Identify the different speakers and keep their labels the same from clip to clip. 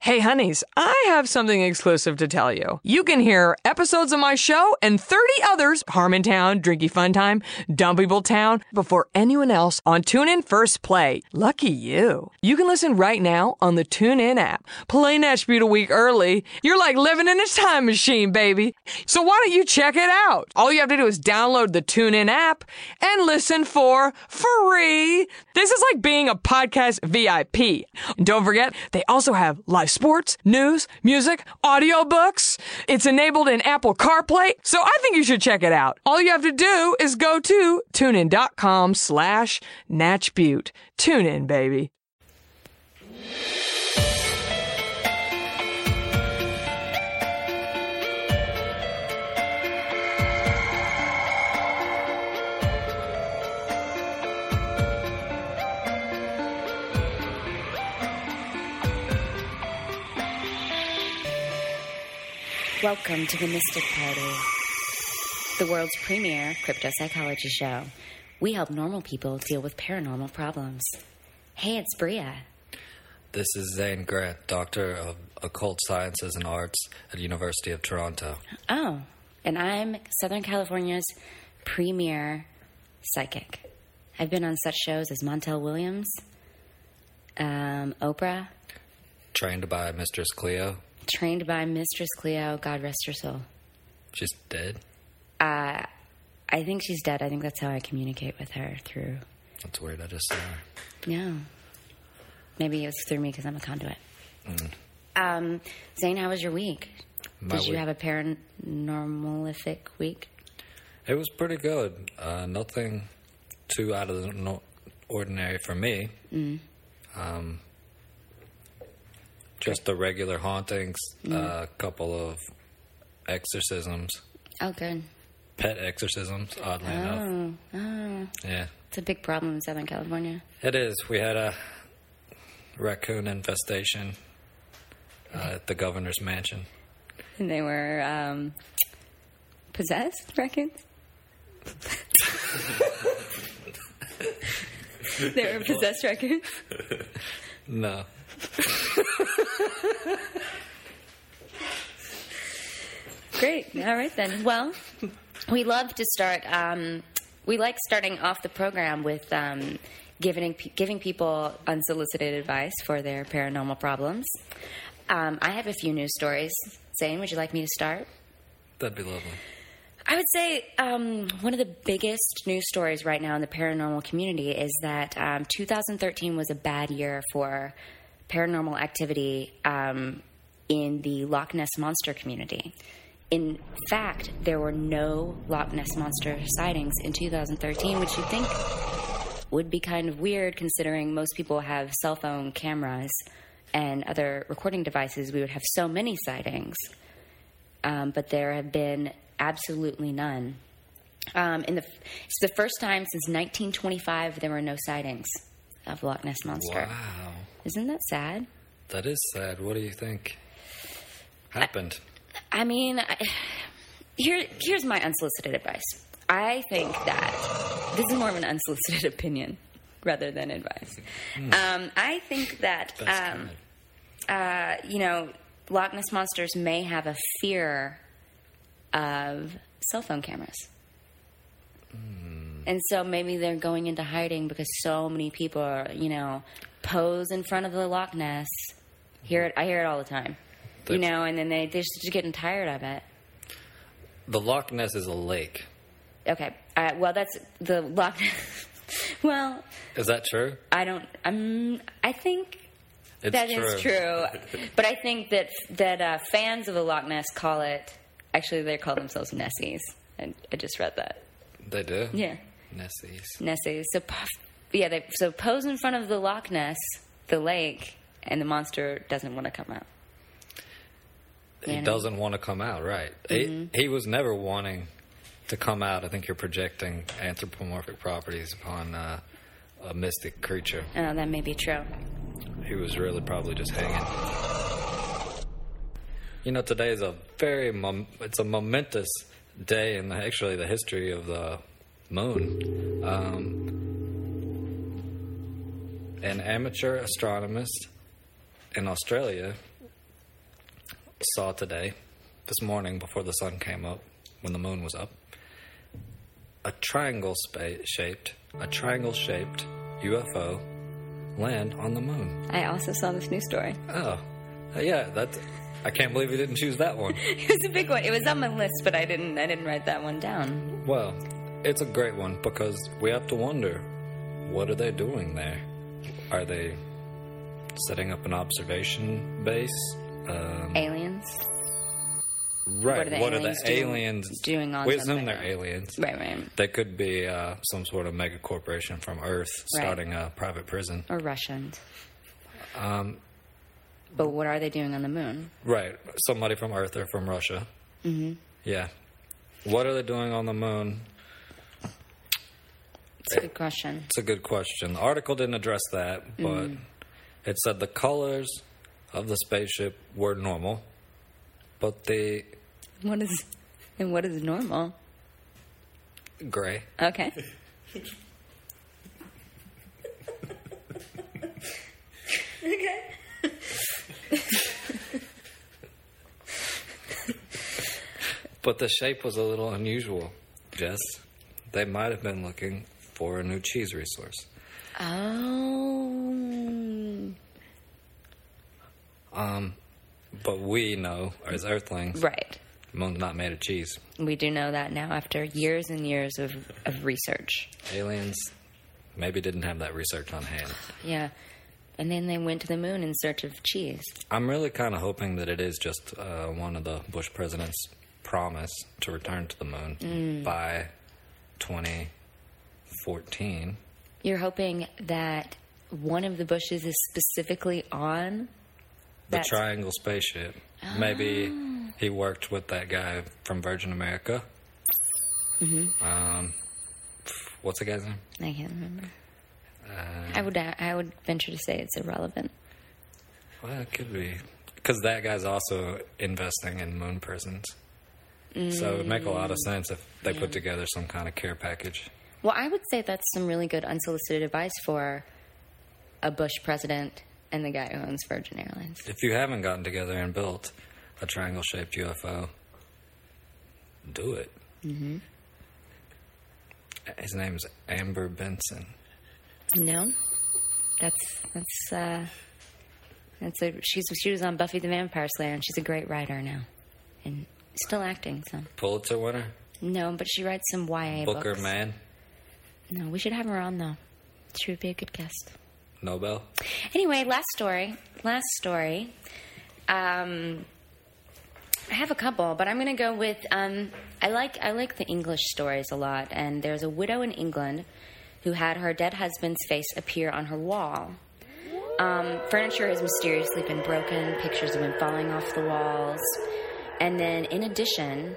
Speaker 1: Hey, honeys, I have something exclusive to tell you. You can hear episodes of my show and 30 others, Harmontown, Drinky Fun Time, Dumb People Town, before anyone else on TuneIn First Play. Lucky you. You can listen right now on the TuneIn app. Play Nashville a week early. You're like living in a time machine, baby. So why don't you check it out? All you have to do is download the TuneIn app and listen for free. This is like being a podcast VIP. And don't forget, they also have live sports, news, music, audiobooks. It's enabled in Apple CarPlay, so I think you should check it out. All you have to do is go to tunein.com slash natchbute. Tune in, baby.
Speaker 2: Welcome to the Mystic Party, the world's premier crypto psychology show. We help normal people deal with paranormal problems. Hey, it's Bria.
Speaker 3: This is Zane Grant, Doctor of Occult Sciences and Arts at University of Toronto.
Speaker 2: Oh, and I'm Southern California's premier psychic. I've been on such shows as Montel Williams, um, Oprah,
Speaker 3: Trained by Mistress Cleo.
Speaker 2: trained by Mistress Cleo, God rest her soul.
Speaker 3: She's dead.
Speaker 2: I think she's dead. I think that's how I communicate with her through.
Speaker 3: That's weird. I just saw her.
Speaker 2: No. Maybe it was through me because I'm a conduit. Um, Zane, how was your week?
Speaker 3: Mm. My
Speaker 2: Did you
Speaker 3: week-
Speaker 2: have a paranormalific week?
Speaker 3: It was pretty good. Uh, nothing too out of the no- ordinary for me. Um,
Speaker 2: Mm.
Speaker 3: just the regular hauntings,
Speaker 2: Mm.
Speaker 3: a couple of exorcisms,
Speaker 2: Oh, good.
Speaker 3: pet exorcisms, oddly enough.
Speaker 2: Oh, oh,
Speaker 3: Yeah,
Speaker 2: it's a big problem in Southern California.
Speaker 3: It is. We had a raccoon infestation uh, at the governor's mansion.
Speaker 2: And they were um, possessed, reckons? they were possessed records.
Speaker 3: No.
Speaker 2: Great. All right then. Well, we love to start. Um, we like starting off the program with um, giving giving people unsolicited advice for their paranormal problems. Um, I have a few news stories. Zane, would you like me to start?
Speaker 3: That'd be lovely.
Speaker 2: I would say um, one of the biggest news stories right now in the paranormal community is that um, 2013 was a bad year for paranormal activity um, in the Loch Ness monster community. In fact, there were no Loch Ness monster sightings in 2013, which you'd think would be kind of weird considering most people have cell phone cameras and other recording devices. We would have so many sightings um, but there have been absolutely none. Um, in the, it's the first time since 1925 there were no sightings of Loch Ness monster.
Speaker 3: Wow.
Speaker 2: Isn't that sad?
Speaker 3: That is sad. What do you think happened?
Speaker 2: I mean, I, here, here's my unsolicited advice. I think that this is more of an unsolicited opinion rather than advice. Um, I think that
Speaker 3: That's
Speaker 2: um,
Speaker 3: kind of-
Speaker 2: uh, you know, Loch Ness monsters may have a fear of cell phone cameras. And so maybe they're going into hiding because so many people are, you know, pose in front of the Loch Ness. Hear it, I hear it all the time. You
Speaker 3: That's-
Speaker 2: know, and then they, they're just getting tired of it.
Speaker 3: the Loch Ness is a lake.
Speaker 2: Okay. Uh, well, that's the Loch Ness. well,
Speaker 3: Is that true?
Speaker 2: I don't, um, I think
Speaker 3: It's
Speaker 2: That is true. but I think that that uh, fans of the Loch Ness call it. Actually, they call themselves Nessies. I, I just read that.
Speaker 3: They do?
Speaker 2: Yeah,
Speaker 3: Nessies.
Speaker 2: Nessies. So, puff- yeah, they so pose in front of the Loch Ness, the lake, and the monster doesn't want to come out.
Speaker 3: He
Speaker 2: Yeah.
Speaker 3: doesn't want to come out, right?
Speaker 2: Mm-hmm.
Speaker 3: He, he was never wanting to come out. I think you're projecting anthropomorphic properties upon uh, a mystic creature.
Speaker 2: Oh, that may be true.
Speaker 3: He was really probably just hanging. You know, today is a very mom- it's a momentous day in the, actually the history of the moon. Um, an amateur astronomist in Australia saw today, this morning before the sun came up, when the moon was up, a triangle spa- shaped, a triangle shaped UFO land on the moon.
Speaker 2: I also saw this news story.
Speaker 3: Oh, Uh, yeah, that's. I can't believe you didn't choose that one.
Speaker 2: It was a big one. It was on my list, but I didn't. I didn't write that one down.
Speaker 3: Well, it's a great one because we have to wonder what are they doing there? Are they setting up an observation base? Um,
Speaker 2: Aliens.
Speaker 3: right.
Speaker 2: What are the aliens doing-
Speaker 3: aliens
Speaker 2: doing on
Speaker 3: We assume
Speaker 2: something?
Speaker 3: they're aliens.
Speaker 2: Right, right.
Speaker 3: They could be uh, some sort of mega corporation from Earth
Speaker 2: Right.
Speaker 3: starting a private prison.
Speaker 2: Or Russians. Um. But what are they doing on the moon?
Speaker 3: Right. Somebody from Earth or from Russia. Mm-hmm. Yeah. What are they doing on the moon?
Speaker 2: It's a good question.
Speaker 3: It's a good question. The article didn't address that, but it said the colors of the spaceship were normal, but the
Speaker 2: What is and what is normal?
Speaker 3: gray.
Speaker 2: Okay.
Speaker 3: But the shape was a little unusual, Jess. They might have been looking for a new cheese resource.
Speaker 2: Oh.
Speaker 3: But we know, as Earthlings,
Speaker 2: Right.
Speaker 3: the moon's not made of cheese.
Speaker 2: We do know that now after years and years of, of research.
Speaker 3: Aliens maybe didn't have that research on hand.
Speaker 2: Yeah. And then they went to the moon in search of cheese.
Speaker 3: I'm really kind of hoping that it is just uh, one of the Bush president's promise to return to the moon by 2014.
Speaker 2: You're hoping that one of the bushes is specifically on
Speaker 3: The
Speaker 2: That's-
Speaker 3: triangle spaceship. Maybe he worked with that guy from Virgin America. Um, what's the guy's name?
Speaker 2: I can't remember. I would I would venture to say it's irrelevant.
Speaker 3: Well, it could be because that guy's also investing in moon prisons. So it would make a lot of sense if they put together some kind of care package.
Speaker 2: Well, I would say that's some really good unsolicited advice for a Bush president and the guy who owns Virgin Airlines.
Speaker 3: If you haven't gotten together and built a triangle shaped UFO, do it. Mm-hmm. His name's Amber Benson.
Speaker 2: No, that's that's uh, that's a she's she was on Buffy the Vampire Slayer and she's a great writer now, and still acting. So
Speaker 3: Pulitzer winner,
Speaker 2: no, but she writes some YA
Speaker 3: Booker
Speaker 2: books.
Speaker 3: Man,
Speaker 2: No, we should have her on though. She would be a good guest.
Speaker 3: Nobel.
Speaker 2: Anyway, last story. Last story. Um, I have a couple, but I'm going to go with. Um, I like I like the English stories a lot, and there's a widow in England who had her dead husband's face appear on her wall. Um, furniture has mysteriously been broken. Pictures have been falling off the walls, and then in addition,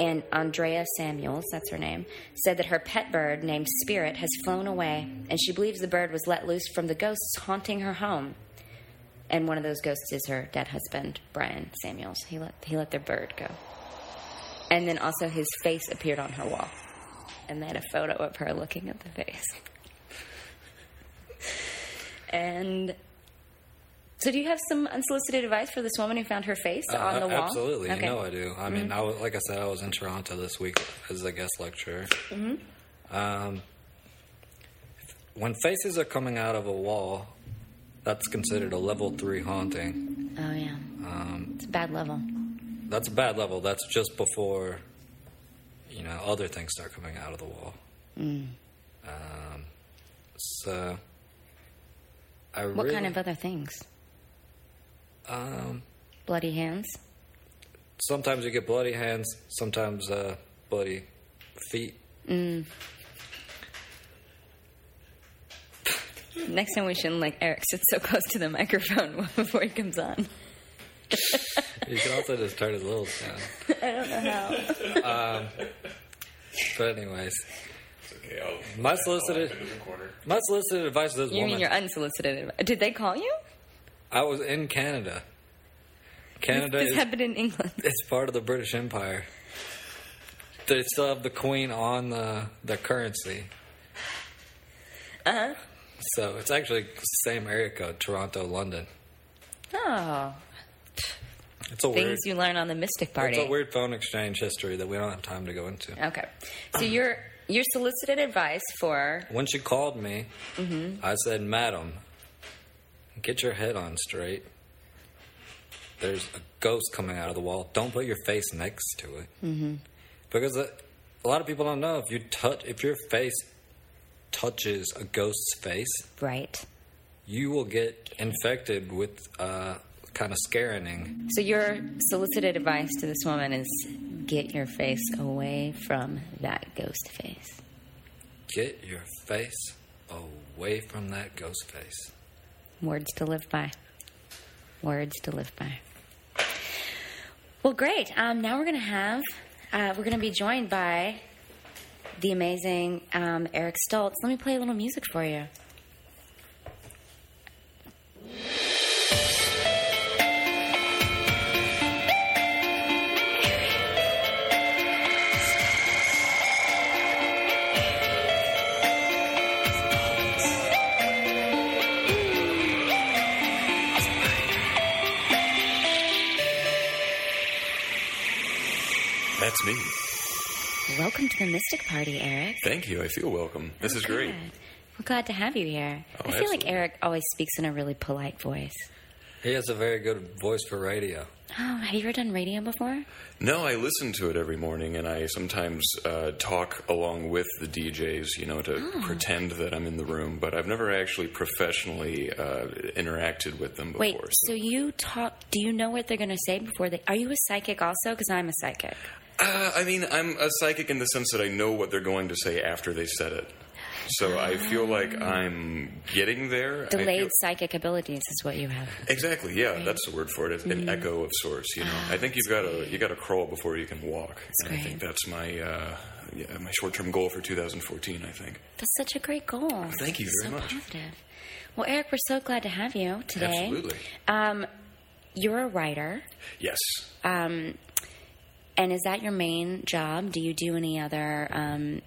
Speaker 2: and Andrea Samuels, that's her name, said that her pet bird named Spirit has flown away, and she believes the bird was let loose from the ghosts haunting her home. And one of those ghosts is her dead husband, Brian Samuels. He let he let their bird go. And then also his face appeared on her wall. And they had a photo of her looking at the face. and so do you have some unsolicited advice for this woman who found her face on the
Speaker 3: Uh,
Speaker 2: wall?
Speaker 3: Absolutely,
Speaker 2: Okay. Mm-hmm.
Speaker 3: you know I do. I mean, I was, like I said, I was in Toronto this week as a guest lecturer. Mm-hmm. Um, when faces are coming out of a wall, that's considered a level three haunting.
Speaker 2: Oh yeah.
Speaker 3: Um,
Speaker 2: it's a bad level.
Speaker 3: That's a bad level. That's just before, you know, other things start coming out of the wall. Um, so, I
Speaker 2: What
Speaker 3: really,
Speaker 2: kind of other things?
Speaker 3: um,
Speaker 2: Bloody hands.
Speaker 3: sometimes you get bloody hands, sometimes uh, bloody feet.
Speaker 2: Next time we shouldn't like Eric sit so close to the microphone before he comes on.
Speaker 3: You can also just turn his little down. I don't know how. um, but anyways,
Speaker 4: Okay, I'll,
Speaker 3: my
Speaker 4: I'll
Speaker 3: solicited,
Speaker 4: end the recorder.
Speaker 3: my solicited advice to this
Speaker 2: You
Speaker 3: woman.
Speaker 2: mean your unsolicited? advi- Did they call you?
Speaker 3: I was in Canada. Canada
Speaker 2: This
Speaker 3: is
Speaker 2: happened in England.
Speaker 3: it's part of the British Empire. They still have the Queen on the the currency. Uh huh. So it's actually the same area code: Toronto, London.
Speaker 2: Oh,
Speaker 3: It's a
Speaker 2: things
Speaker 3: weird-
Speaker 2: you learn on the Mystic Party.
Speaker 3: It's a weird phone exchange history that we don't have time to go into.
Speaker 2: Okay. So you're you solicited advice for
Speaker 3: When she called me, I said, Madam, get your head on straight. There's a ghost coming out of the wall. Don't put your face next to it. Mm-hmm. Because a, a lot of people don't know if you touch, if your face touches a ghost's face,
Speaker 2: right.
Speaker 3: you will get infected with uh, kind of scaring.
Speaker 2: So your solicited advice to this woman is get your face away from that ghost face.
Speaker 3: Get your face away from that ghost face.
Speaker 2: Words to live by. Words to live by. Well, great. Um, now we're going to have, uh, we're going to be joined by the amazing um, Eric Stoltz. Let me play a little music for you.
Speaker 4: That's me.
Speaker 2: Welcome to the Mystic Party, Eric.
Speaker 4: Thank you. I feel welcome. This is great.
Speaker 2: Oh, Good. We're glad to have you here.
Speaker 4: Oh,
Speaker 2: I feel like
Speaker 4: absolutely.
Speaker 2: Eric always speaks in a really polite voice.
Speaker 3: He has a very good voice for radio.
Speaker 2: Oh, have you ever done radio before?
Speaker 4: No, I listen to it every morning, and I sometimes uh, talk along with the DJs, you know, to
Speaker 2: Hmm.
Speaker 4: pretend that I'm in the room. But I've never actually professionally uh, interacted with them
Speaker 2: Wait,
Speaker 4: before.
Speaker 2: so you talk? Do you know what they're going to say before they? Are you a psychic also? Because I'm a psychic.
Speaker 4: Uh, I mean, I'm a psychic in the sense that I know what they're going to say after they said it. So I feel like I'm getting there. I feel-
Speaker 2: Ah. Delayed psychic abilities is what you have.
Speaker 4: Exactly. Yeah, that's the word for it. It's
Speaker 2: Mm-hmm.
Speaker 4: an echo of sorts. You know, I think you've got to you got to crawl before you can walk. and I
Speaker 2: great.
Speaker 4: think that's my uh, yeah, my short term goal for 2014. I think.
Speaker 2: That's such a great goal.
Speaker 4: Thank you
Speaker 2: so
Speaker 4: very much.
Speaker 2: Positive. Well, Eric, we're so glad to have you today.
Speaker 4: Absolutely.
Speaker 2: Um, you're a writer,
Speaker 4: Yes.
Speaker 2: Uh, and is that your main job? Do you do any other? Um,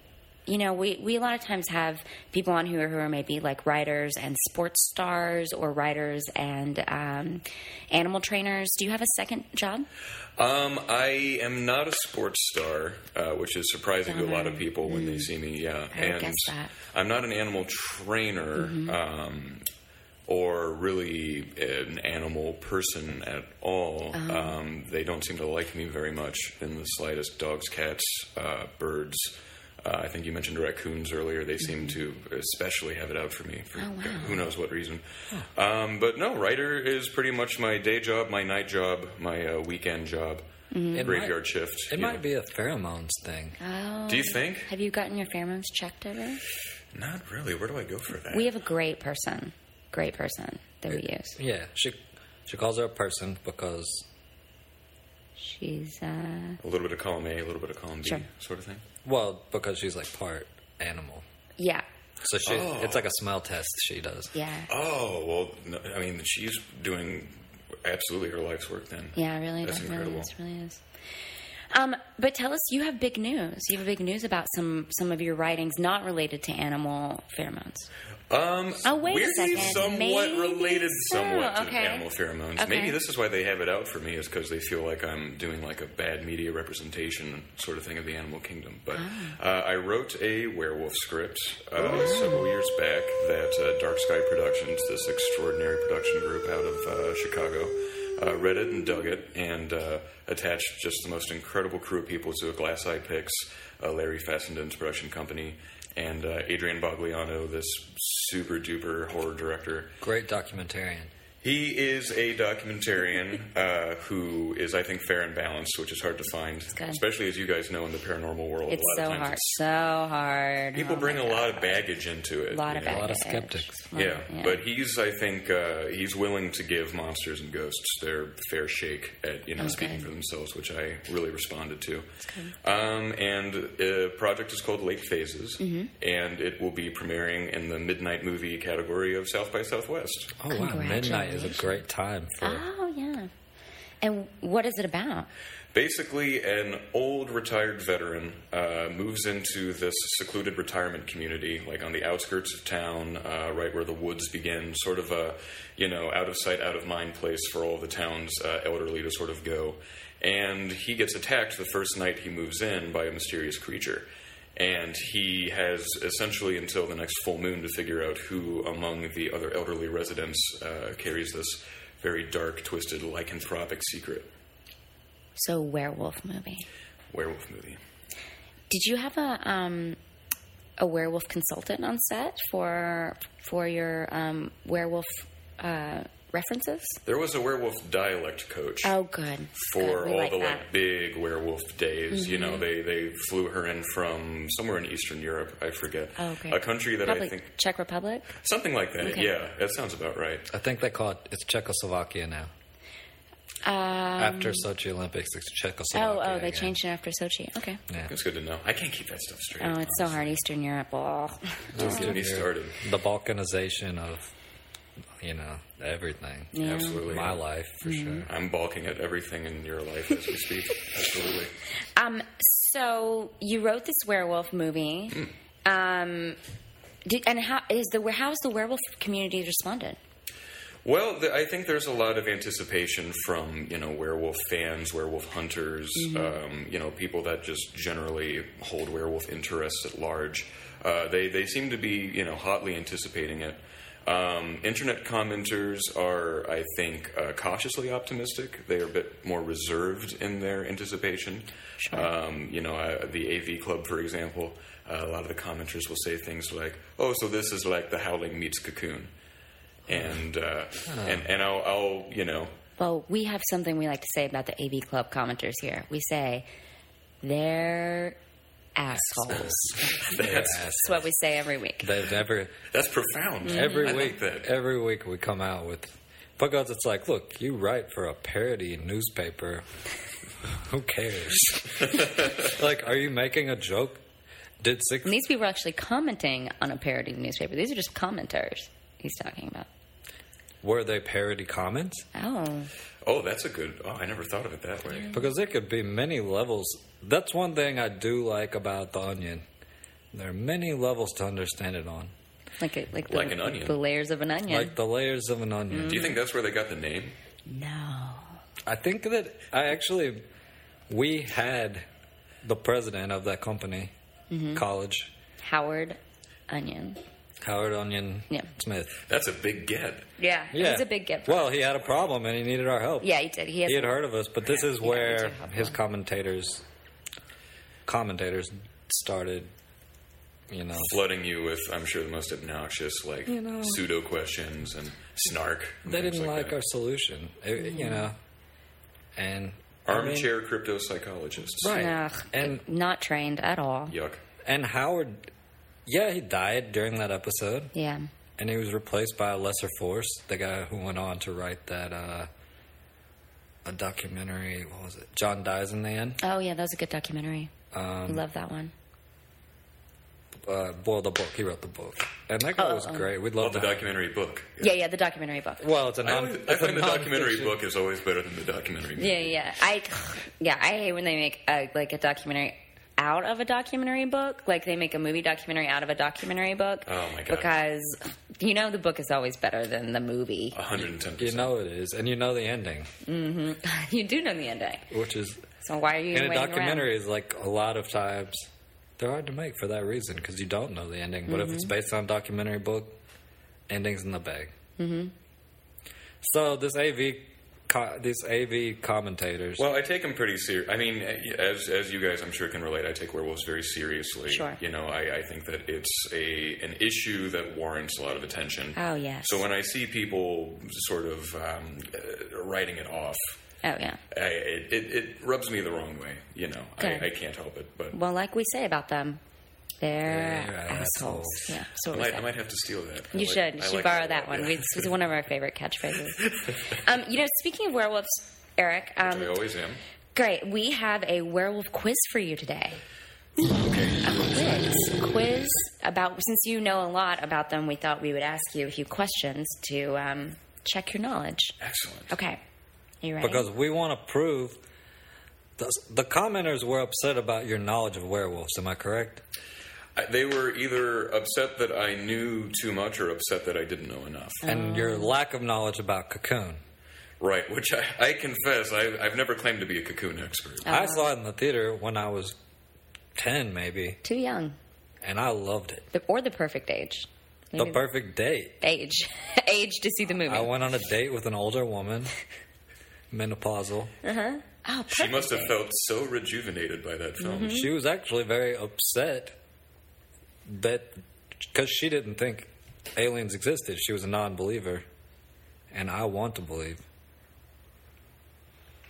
Speaker 2: you know, we, we a lot of times have people on who are, who are maybe like writers and sports stars or writers and um, animal trainers. Do you have a second job?
Speaker 4: Um, I am not a sports star, uh, which is surprising to a lot of people when they see me. Yeah,
Speaker 2: Uh-huh. Mm. I would
Speaker 4: and
Speaker 2: guess that. Mm-hmm.
Speaker 4: I'm not an animal trainer. Um, or really an animal person at all.
Speaker 2: Uh-huh.
Speaker 4: Um, they don't seem to like me very much in the slightest. Dogs, cats, uh, birds. Uh, I think you mentioned raccoons earlier. They seem to
Speaker 2: Mm-hmm.
Speaker 4: especially have it out for me
Speaker 2: Oh,
Speaker 4: for who knows what reason. Um, but no, writer is pretty much my day job, my night job, my uh, weekend job,
Speaker 2: Mm-hmm.
Speaker 3: It might-
Speaker 4: graveyard shift.
Speaker 3: It
Speaker 4: you
Speaker 3: might
Speaker 4: know.
Speaker 3: be a pheromones thing.
Speaker 2: Oh,
Speaker 4: Do you think?
Speaker 2: have you gotten your pheromones checked ever?
Speaker 4: Not really. Where do I go for that?
Speaker 2: We have a great person, great person that we use.
Speaker 3: Yeah, she she calls her a person because
Speaker 2: She's uh,
Speaker 4: a little bit of column A, a little bit of column B,
Speaker 2: Sure.
Speaker 4: sort of thing.
Speaker 3: well, because she's like part animal.
Speaker 2: yeah,
Speaker 3: So she
Speaker 4: Oh.
Speaker 3: it's like a smell test she does.
Speaker 2: yeah,
Speaker 4: Oh well, no, I mean she's doing absolutely her life's work then.
Speaker 2: yeah. Really,
Speaker 4: that's
Speaker 2: that really
Speaker 4: incredible.
Speaker 2: is, really is. Um, but tell us, you have big news. You have big news about some some of your writings not related to animal pheromones.
Speaker 4: Um,
Speaker 2: Oh, wait a
Speaker 4: weirdly
Speaker 2: second.
Speaker 4: somewhat
Speaker 2: Maybe
Speaker 4: related
Speaker 2: so.
Speaker 4: somewhat to
Speaker 2: Okay.
Speaker 4: animal pheromones.
Speaker 2: Okay.
Speaker 4: Maybe this is why they have it out for me is because they feel like I'm doing like a bad media representation sort of thing of the animal kingdom. But uh, I wrote a werewolf script uh, several years back that uh, Dark Sky Productions, this extraordinary production group out of uh, Chicago, uh, read it and dug it and uh, attached just the most incredible crew of people to a Glass Eye Picks, uh, Larry Fessenden's production company, and uh, Adrian Bogliano, this super duper horror director.
Speaker 3: Great documentarian.
Speaker 4: He is a documentarian uh, who is, I think, fair and balanced, which is hard to find,
Speaker 2: good.
Speaker 4: especially as you guys know in the paranormal world.
Speaker 2: It's
Speaker 4: a lot
Speaker 2: so
Speaker 4: of times
Speaker 2: hard,
Speaker 4: it's-
Speaker 2: so hard.
Speaker 4: people
Speaker 2: Oh
Speaker 4: bring
Speaker 2: my
Speaker 4: a lot of baggage into
Speaker 2: God.
Speaker 4: it.
Speaker 2: lot
Speaker 4: you
Speaker 2: of
Speaker 4: know?
Speaker 2: baggage.
Speaker 3: lot of skeptics.
Speaker 2: Lot of-
Speaker 4: Yeah, but he's, I think, uh, he's willing to give monsters and ghosts their fair shake at, you know, speaking
Speaker 2: good.
Speaker 4: for themselves, which I really responded to. Um, and the project is called Late Phases,
Speaker 2: Mm-hmm.
Speaker 4: and it will be premiering in the midnight movie category of South by Souurthwest.
Speaker 3: Oh wow, midnight is a
Speaker 2: Congratulations.
Speaker 4: uh,
Speaker 3: great time for
Speaker 2: Oh yeah. And what is it about?
Speaker 4: Basically, an old retired veteran uh, moves into this secluded retirement community, like on the outskirts of town, uh, right where the woods begin, sort of a, you know, out of sight, out of mind place for all the town's uh, elderly to sort of go. And he gets attacked the first night he moves in by a mysterious creature. And he has essentially until the next full moon to figure out who among the other elderly residents uh, carries this very dark, twisted, lycanthropic secret.
Speaker 2: So werewolf movie.
Speaker 4: Werewolf movie.
Speaker 2: Did you have a um, a werewolf consultant on set for for your um, werewolf uh, references?
Speaker 4: There was a werewolf dialect coach.
Speaker 2: Oh, good.
Speaker 4: for
Speaker 2: Good, we
Speaker 4: all
Speaker 2: like
Speaker 4: the
Speaker 2: that. Mm-hmm.
Speaker 4: like big werewolf days. You know, they they flew her in from somewhere in Eastern Europe. I forget
Speaker 2: Oh, okay.
Speaker 4: a country that
Speaker 2: Probably
Speaker 4: I think
Speaker 2: Czech Republic.
Speaker 4: something like that.
Speaker 2: Okay.
Speaker 4: Yeah, that sounds about right.
Speaker 3: I think they call it it's Czechoslovakia now. After Sochi Olympics, it's
Speaker 2: Um, Oh,
Speaker 3: Czechoslovakia.
Speaker 2: oh, they
Speaker 3: again.
Speaker 2: changed it after Sochi. Okay.
Speaker 3: Yeah.
Speaker 4: It's good to know. I can't keep that stuff straight.
Speaker 2: Oh, it's so hard. Eastern Europe. Oh.
Speaker 4: Don't get me
Speaker 3: Here,
Speaker 4: started.
Speaker 3: The balkanization of, you know, everything.
Speaker 4: Absolutely.
Speaker 3: My life, for
Speaker 2: Mm-hmm.
Speaker 3: sure.
Speaker 4: I'm balking at everything in your life as we speak. Absolutely.
Speaker 2: Um, so you wrote this werewolf movie.
Speaker 4: Mm.
Speaker 2: Um, did, and how is the how's the werewolf community responded?
Speaker 4: Well, th- I think there's a lot of anticipation from you know werewolf fans, werewolf hunters, um, you know people that just generally hold werewolf interests at large. Uh, they they seem to be you know hotly anticipating it. Um, internet commenters are, I think, uh, cautiously optimistic. They are a bit more reserved in their anticipation. Um, you know, uh, the AV Club, for example, uh, a lot of the commenters will say things like, "Oh, so this is like the Howling meets Cocoon." and uh, and and I'll, I'll you know
Speaker 2: Well, we have something we like to say about the AV Club commenters here. We say they're assholes.
Speaker 4: that's
Speaker 2: That's what we say every week.
Speaker 3: They've never,
Speaker 4: that's profound.
Speaker 3: every
Speaker 4: I like
Speaker 3: week,
Speaker 4: that
Speaker 3: every week we come out with, because it's like, look, you write for a parody newspaper. Who cares? like, are you making a joke? Did six?
Speaker 2: And these people are actually commenting on a parody newspaper. These are just commenters. He's talking about.
Speaker 3: Were they parody comments?
Speaker 2: Oh,
Speaker 4: oh, that's a good. Oh, I never thought of it that way.
Speaker 3: Because there could be many levels. That's one thing I do like about the onion. There are many levels to understand it on,
Speaker 2: like a, like the,
Speaker 4: Like an onion.
Speaker 2: the layers of an onion.
Speaker 3: like the layers of an onion.
Speaker 4: Do you think that's where they got the name?
Speaker 2: no.
Speaker 3: I think that I actually we had the president of that company, college
Speaker 2: Howard Onion.
Speaker 3: Howard Onion
Speaker 2: Yeah.
Speaker 3: Smith.
Speaker 4: That's a big get.
Speaker 2: Yeah, he's a big gift.
Speaker 3: Well, he had a problem and he needed our help.
Speaker 2: yeah, he did. He has.
Speaker 3: he had heard of us, but this is
Speaker 2: Yeah, we
Speaker 3: where
Speaker 2: do have
Speaker 3: his
Speaker 2: one.
Speaker 3: commentators commentators started, you know,
Speaker 4: Flooding you with, I'm sure, the most obnoxious like pseudo questions and snark. and
Speaker 3: they
Speaker 4: things
Speaker 3: didn't like,
Speaker 4: that.
Speaker 3: our solution, It-
Speaker 2: Mm.
Speaker 3: you know, and
Speaker 4: armchair crypto psychologists.
Speaker 3: I mean, right?
Speaker 2: Ugh,
Speaker 3: And
Speaker 2: not trained at all.
Speaker 4: Yuck.
Speaker 3: and Howard, yeah, he died during that episode.
Speaker 2: Yeah.
Speaker 3: and he was replaced by a lesser force, the guy who went on to write that uh, a documentary. What was it? John dies in the end.
Speaker 2: Oh yeah, that was a good documentary. Um, Love that one.
Speaker 3: Uh, boy, the book. He wrote the book, and that guy
Speaker 2: Oh,
Speaker 3: was
Speaker 2: oh.
Speaker 3: great. We'd
Speaker 4: Well,
Speaker 3: love
Speaker 4: the
Speaker 3: to have-
Speaker 4: documentary book.
Speaker 2: Yeah, yeah, the documentary book.
Speaker 3: Well, it's a
Speaker 4: I,
Speaker 3: non.
Speaker 4: always, I
Speaker 3: it's a
Speaker 4: find the documentary
Speaker 3: nonfiction-
Speaker 4: book is always better than the documentary. movie.
Speaker 2: Yeah, yeah. I, yeah, I hate when they make a, like a documentary out of a documentary book. Like they make a movie documentary out of a documentary book.
Speaker 4: Oh, my God.
Speaker 2: Because you know the book is always better than the movie.
Speaker 4: 110.
Speaker 3: You
Speaker 4: percent
Speaker 3: know it is, and you know the ending,
Speaker 4: Oh.
Speaker 2: you do know the ending.
Speaker 3: which is
Speaker 2: So why are you
Speaker 3: in a
Speaker 2: waiting
Speaker 3: documentary is like a lot of times they're hard to make for that reason because you don't know the ending. But if it's based on a documentary book, endings in the bag. Mm-hmm. So this AV, co- these AV commentators.
Speaker 4: Well, I take them pretty serious. I mean, as as you guys, I'm sure can relate. I take werewolves very seriously.
Speaker 2: Sure.
Speaker 4: You know, I, I think that it's a an issue that warrants a lot of attention.
Speaker 2: Around? Oh yes.
Speaker 4: So when I see people sort of um, uh, writing it off,
Speaker 2: oh yeah.
Speaker 4: I, it, it it rubs me the wrong way. You know,
Speaker 2: Good.
Speaker 4: I, I can't help it. But
Speaker 2: Well, like we say about them, they're,
Speaker 3: They're
Speaker 2: assholes.
Speaker 3: assholes.
Speaker 2: Yeah. So
Speaker 4: I
Speaker 2: we
Speaker 4: might,
Speaker 2: say.
Speaker 4: I might have to steal that. I
Speaker 2: You
Speaker 4: like-
Speaker 2: should. You
Speaker 4: I
Speaker 2: should
Speaker 4: like
Speaker 2: borrow that one.
Speaker 4: yeah.
Speaker 2: We- It's it's one of our favorite catchphrases. um, you know, speaking of werewolves, Eric, um,
Speaker 4: I always am.
Speaker 2: great. We have a werewolf quiz for you today. A quiz, quiz about since you know a lot about them, we thought we would ask you a few questions to um, check your knowledge.
Speaker 4: Excellent.
Speaker 2: Okay. Are you ready?
Speaker 3: because we want to prove the, the commenters were upset about your knowledge of werewolves. Am I correct?
Speaker 4: I, they were either upset that I knew too much or upset that I didn't know enough.
Speaker 2: Oh,
Speaker 3: And your lack of knowledge about cocoon.
Speaker 4: Right, which I, I confess, I, I've never claimed to be a cocoon expert.
Speaker 2: Oh,
Speaker 3: I saw it in the theater when I was ten, maybe,
Speaker 2: Too young,
Speaker 3: and I loved it.
Speaker 2: the, or the perfect age.
Speaker 3: The perfect date.
Speaker 2: Age, age to see the movie.
Speaker 3: I went on a date with an older woman, menopausal.
Speaker 2: oh,
Speaker 4: She
Speaker 2: perfect
Speaker 4: must have
Speaker 2: age.
Speaker 4: felt so rejuvenated by that film.
Speaker 2: Mm-hmm.
Speaker 3: She was actually very upset that because she didn't think aliens existed. She was a non-believer, and I want to believe.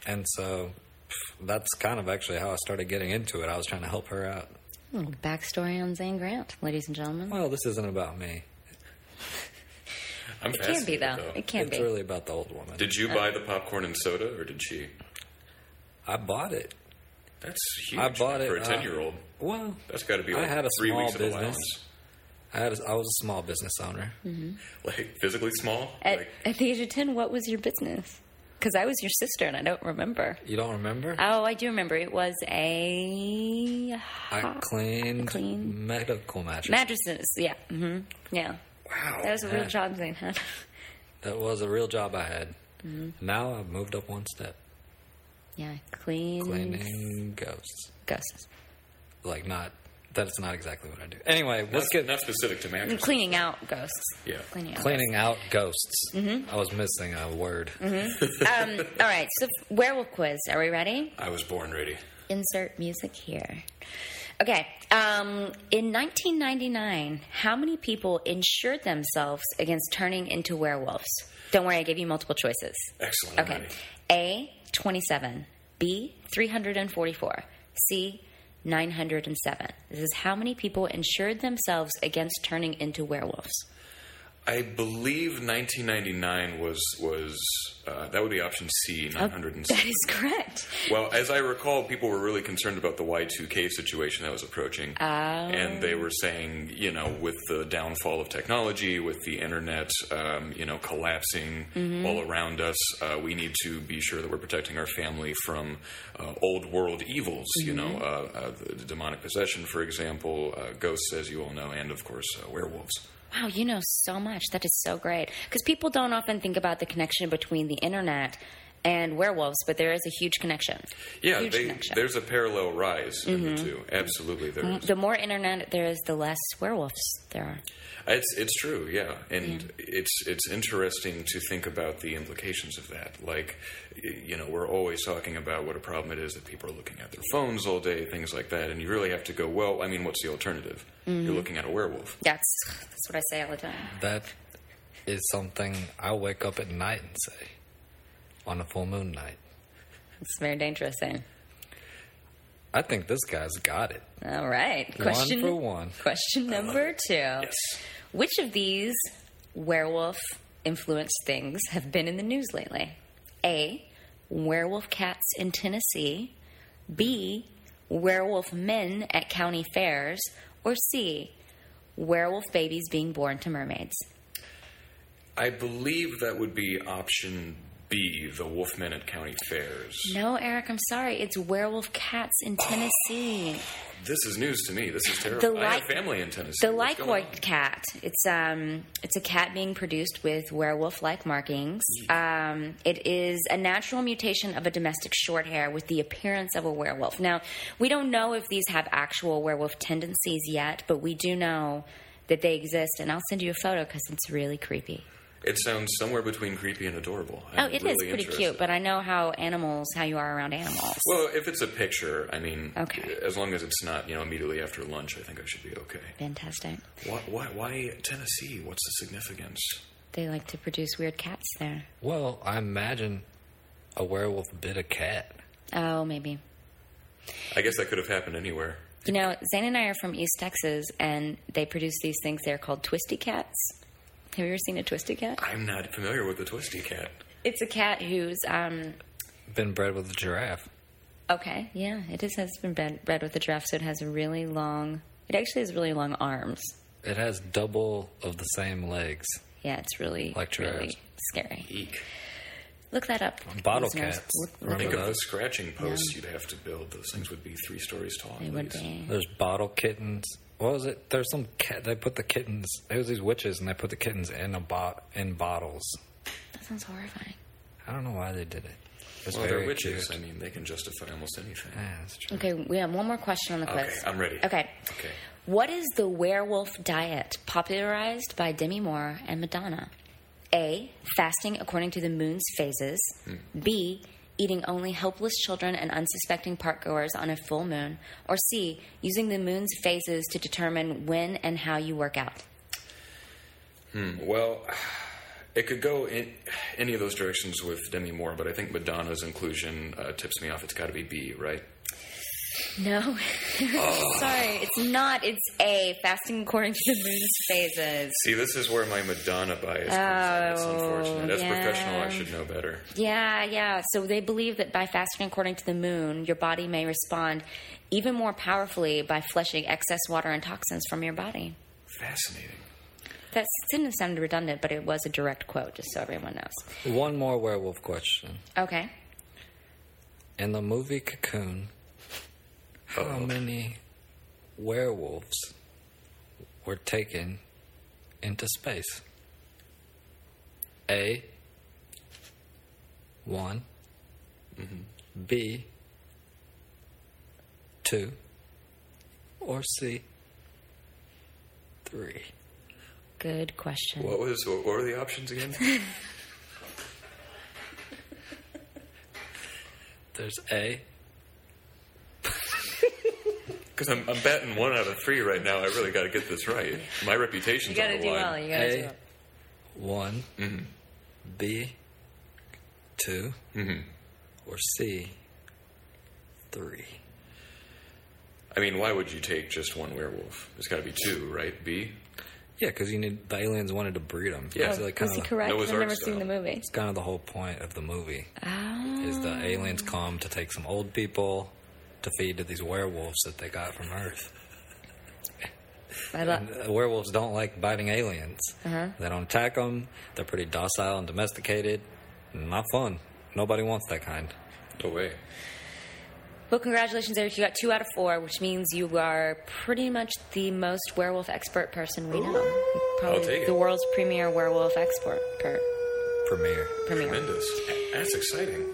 Speaker 3: And so pff, that's kind of actually how I started getting into it. I was trying to help her out.
Speaker 2: Little backstory on Zane Grant, ladies and gentlemen.
Speaker 3: Well, this isn't about me.
Speaker 4: I'm
Speaker 2: it can be
Speaker 4: fascinated,
Speaker 2: though. It can
Speaker 3: it's
Speaker 2: be.
Speaker 3: really about the old woman.
Speaker 4: Did you buy the popcorn and soda, or did she?
Speaker 3: I bought it.
Speaker 4: That's huge
Speaker 3: I bought it
Speaker 4: for a
Speaker 3: uh,
Speaker 4: ten-year-old.
Speaker 3: Well,
Speaker 4: That's got to be
Speaker 3: I
Speaker 4: like
Speaker 3: had a
Speaker 4: three
Speaker 3: small
Speaker 4: weeks of
Speaker 3: business.
Speaker 4: allowance.
Speaker 3: I had. A, I was a small business owner.
Speaker 2: Mm-hmm.
Speaker 4: Like physically small.
Speaker 2: At,
Speaker 4: like
Speaker 2: at the age of 10, what was your business? Because I was your sister and I don't remember.
Speaker 3: You don't remember?
Speaker 2: Oh, I do remember. It was a.
Speaker 3: I cleaned
Speaker 2: clean.
Speaker 3: medical mattresses.
Speaker 2: Mattresses, yeah. hmm Yeah.
Speaker 3: wow,
Speaker 2: That was a real
Speaker 3: man.
Speaker 2: job Zane had.
Speaker 3: That was a real job I had.
Speaker 2: Mm-hmm.
Speaker 3: Now I've moved up one step,
Speaker 2: yeah, clean.
Speaker 3: claiming ghosts.
Speaker 2: Ghosts.
Speaker 3: Like not that's not exactly what I do. Anyway, let's get
Speaker 4: not specific to
Speaker 2: And
Speaker 4: mattress.
Speaker 2: Mm, cleaning out ghosts.
Speaker 4: Yeah.
Speaker 2: Cleaning out.
Speaker 3: cleaning out ghosts.
Speaker 2: Mm-hmm.
Speaker 3: I was missing a word.
Speaker 2: um, all right, so werewolf quiz. Are we ready?
Speaker 4: I was born ready.
Speaker 2: Insert music here. Okay. Um, in 1999, how many people insured themselves against turning into werewolves? Don't worry, I gave you multiple choices.
Speaker 4: Excellent. I'm
Speaker 2: Okay.
Speaker 4: ready.
Speaker 2: A, 27. B, 344. C, 907. This is how many people insured themselves against turning into werewolves.
Speaker 4: I believe 1999 was was uh, that would be option C,
Speaker 2: Oh.
Speaker 4: 906.
Speaker 2: That is correct.
Speaker 4: Well, as I recall, people were really concerned about the Y2K situation that was approaching. And
Speaker 2: Oh.
Speaker 4: they were saying, you know, with the downfall of technology, with the internet, um, you know, collapsing
Speaker 2: Mm-hmm.
Speaker 4: all around us, uh, we need to be sure that we're protecting our family from uh, old world evils, you know, uh,
Speaker 2: Mm-hmm.
Speaker 4: uh, the, the demonic possession, for example, uh, ghosts, as you all know, and of course, uh, werewolves.
Speaker 2: Wow, you know so much. That is so great. Because people don't often think about the connection between the internet and werewolves, but there is a huge connection.
Speaker 4: Yeah,
Speaker 2: huge
Speaker 4: they,
Speaker 2: connection. Mm-hmm.
Speaker 4: there's a parallel rise in the two. Absolutely, there is.
Speaker 2: The more internet there is, the less werewolves there are.
Speaker 4: It's it's true, yeah, and it's it's interesting to think about the implications of that. Like, y- you know, we're always talking about what a problem it is that people are looking at their phones all day, things like that, and you really have to go. Well, I mean, what's the alternative?
Speaker 2: Mm-hmm.
Speaker 4: You're looking at a werewolf.
Speaker 2: That's that's what I say all the time.
Speaker 3: That is something I wake up at night and say on a full moon night.
Speaker 2: It's very dangerous thing.
Speaker 3: I think this guy's got it.
Speaker 2: All right. Question
Speaker 3: for one.
Speaker 2: Question number two. Which of these werewolf influenced things have been in the news lately? A. Werewolf cats in Tennessee. B. Werewolf men at county fairs. Or C. Werewolf babies being born to mermaids.
Speaker 4: I believe that would be option B, the Wolfman at county fairs.
Speaker 2: No, Eric, I'm sorry. It's werewolf cats in Tennessee.
Speaker 4: This is news to me. This is terrible. I have
Speaker 2: like-
Speaker 4: family in Tennessee.
Speaker 2: The
Speaker 4: What's going
Speaker 2: Lycoid cat. It's um, it's a cat being produced with werewolf-like markings. Um, it is a natural mutation of a domestic shorthair with the appearance of a werewolf. Now, we don't know if these have actual werewolf tendencies yet, but we do know that they exist. And I'll send you a photo because it's really creepy.
Speaker 4: on? It sounds somewhere between creepy and adorable.
Speaker 2: Oh,
Speaker 4: I'm
Speaker 2: it is
Speaker 4: really
Speaker 2: pretty
Speaker 4: interested.
Speaker 2: cute. But I know how animals, how you are around animals.
Speaker 4: Well, if it's a picture, I mean,
Speaker 2: Okay.
Speaker 4: as long as it's not, you know, immediately after lunch, I think I should be okay.
Speaker 2: Fantastic.
Speaker 4: Why, why, why Tennessee? What's the significance?
Speaker 2: They like to produce weird cats there.
Speaker 3: Well, I imagine a werewolf bit a cat.
Speaker 2: Oh, maybe.
Speaker 4: I guess that could have happened anywhere.
Speaker 2: You know, Zane and I are from East Texas, and they produce these things. They're called twisty cats. Have you ever seen a twisty cat?
Speaker 4: I'm not familiar with the twisty cat.
Speaker 2: It's a cat who's um,
Speaker 3: Been bred with a giraffe.
Speaker 2: okay. Yeah, it is has been bred, bred with a giraffe, so it has a really long. It actually has really long arms.
Speaker 3: It has double of the same legs.
Speaker 2: Yeah, it's really
Speaker 3: Like giraffes.
Speaker 2: really scary.
Speaker 4: Eek.
Speaker 2: Look that up.
Speaker 3: Bottle
Speaker 2: listeners.
Speaker 3: cats.
Speaker 2: Look- look
Speaker 3: Remember
Speaker 4: Think
Speaker 2: it up.
Speaker 4: of the scratching posts you'd have to build. Those things would be three stories tall.
Speaker 2: They
Speaker 4: at
Speaker 2: would
Speaker 4: least.
Speaker 2: be.
Speaker 3: There's bottle kittens. What was it? There's some cat. They put the kittens. It was these witches, and they put the kittens in a bot in bottles.
Speaker 2: That sounds horrifying.
Speaker 3: I don't know why they did it. It's
Speaker 4: Well,
Speaker 3: very
Speaker 4: they're witches.
Speaker 3: cute.
Speaker 4: I mean, they can justify almost anything.
Speaker 3: Yeah, that's true.
Speaker 2: Okay, we have one more question on the
Speaker 4: Okay,
Speaker 2: quiz.
Speaker 4: I'm ready.
Speaker 2: Okay.
Speaker 4: Okay.
Speaker 2: What is the werewolf diet popularized by Demi Moore and Madonna? A. Fasting according to the moon's phases. B. Eating only helpless children and unsuspecting parkgoers on a full moon. Or C. Using the moon's phases to determine when and how you work out.
Speaker 4: Hmm. Well, it could go in any of those directions with Demi Moore, but I think Madonna's inclusion uh, tips me off. It's got to be B, right?
Speaker 2: No. Sorry, it's not. It's A. Fasting according to the moon's phases.
Speaker 4: See, this is where my Madonna bias comes in. It's unfortunate. As a professional,
Speaker 2: Oh, yeah.
Speaker 4: I should know better.
Speaker 2: Yeah, yeah. So they believe that by fasting according to the moon, your body may respond even more powerfully by flushing excess water and toxins from your body.
Speaker 4: Fascinating.
Speaker 2: That didn't sound redundant, but it was a direct quote, just so everyone knows.
Speaker 3: One more werewolf question.
Speaker 2: Okay.
Speaker 3: In the movie Cocoon, how
Speaker 4: Oh,
Speaker 3: many werewolves were taken into space? A. One. B. Two. Or C. Three.
Speaker 2: Good question.
Speaker 4: What was? What were the options again?
Speaker 3: There's A.
Speaker 4: Because I'm, I'm batting one out of three right now. I really got to get this right. My reputation's
Speaker 2: You gotta
Speaker 4: on
Speaker 2: do
Speaker 4: the line.
Speaker 2: well. You gotta do
Speaker 3: A.
Speaker 2: well.
Speaker 3: One. B. 2 Or C. Three.
Speaker 4: I mean, why would you take just one werewolf? There's got to be two, right? B.
Speaker 3: Yeah, because you need the aliens wanted to breed them.
Speaker 4: Yeah.
Speaker 3: That's, like,
Speaker 2: Oh, Was
Speaker 3: kind
Speaker 2: he
Speaker 3: of,
Speaker 2: correct?
Speaker 4: Noah's
Speaker 2: I've
Speaker 4: Ark
Speaker 2: never seen
Speaker 4: style.
Speaker 2: the movie.
Speaker 3: It's kind of the whole point of the movie. Is
Speaker 2: Ah.
Speaker 3: the aliens come to take some old people to feed to these werewolves that they got from Earth.
Speaker 2: I love.
Speaker 3: Uh, werewolves don't like biting aliens.
Speaker 2: Uh-huh.
Speaker 3: They don't attack them. They're pretty docile and domesticated. Not fun. Nobody wants that kind.
Speaker 4: No way.
Speaker 2: Well, congratulations, Eric. You got two out of four, which means you are pretty much the most werewolf expert person we know. Probably
Speaker 4: take it.
Speaker 2: the world's premier werewolf expert. Per,
Speaker 3: Premiere.
Speaker 2: premier.
Speaker 4: Tremendous. That's exciting.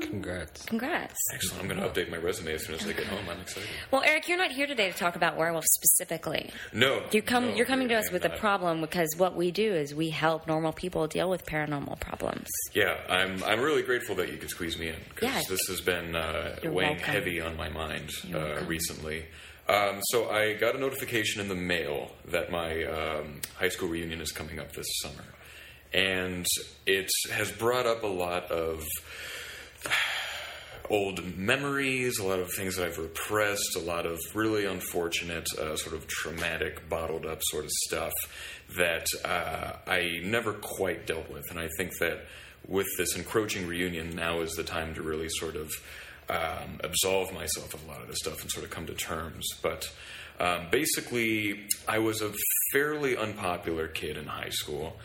Speaker 3: Congrats.
Speaker 2: Congrats.
Speaker 4: Excellent. I'm going to update my resume as soon as I get home. I'm excited.
Speaker 2: Well, Eric, you're not here today to talk about werewolves specifically.
Speaker 4: No.
Speaker 2: You come,
Speaker 4: no,
Speaker 2: you're coming to
Speaker 4: I
Speaker 2: us
Speaker 4: am
Speaker 2: with a
Speaker 4: not.
Speaker 2: problem because what we do is we help normal people deal with paranormal problems.
Speaker 4: Yeah, I'm. I'm really grateful that you could squeeze me in because
Speaker 2: Yeah.
Speaker 4: this has been uh,
Speaker 2: You're
Speaker 4: weighing
Speaker 2: welcome.
Speaker 4: heavy on my mind uh, recently. Um, so I got a notification in the mail that my um, high school reunion is coming up this summer, and it has brought up a lot of old memories, a lot of things that I've repressed, a lot of really unfortunate, uh, sort of traumatic, bottled up sort of stuff that uh, I never quite dealt with. And I think that with this encroaching reunion, now is the time to really sort of um, absolve myself of a lot of this stuff and sort of come to terms. But um, basically, I was a fairly unpopular kid in high school.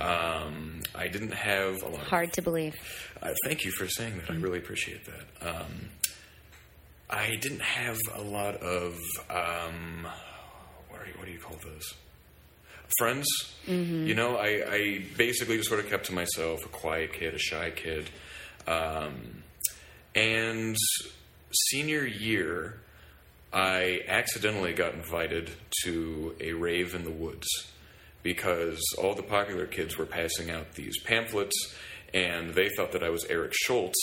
Speaker 4: Um, I didn't have a lot of
Speaker 2: Hard to believe.
Speaker 4: uh, thank you for saying that. I really appreciate that. Um, I didn't have a lot of um, what, are you, what do you call those? Friends. You know, I, I basically just sort of kept to myself, a quiet kid, a shy kid. Um, and senior year, I accidentally got invited to a rave in the woods because all the popular kids were passing out these pamphlets, and they thought that I was Eric Schultz,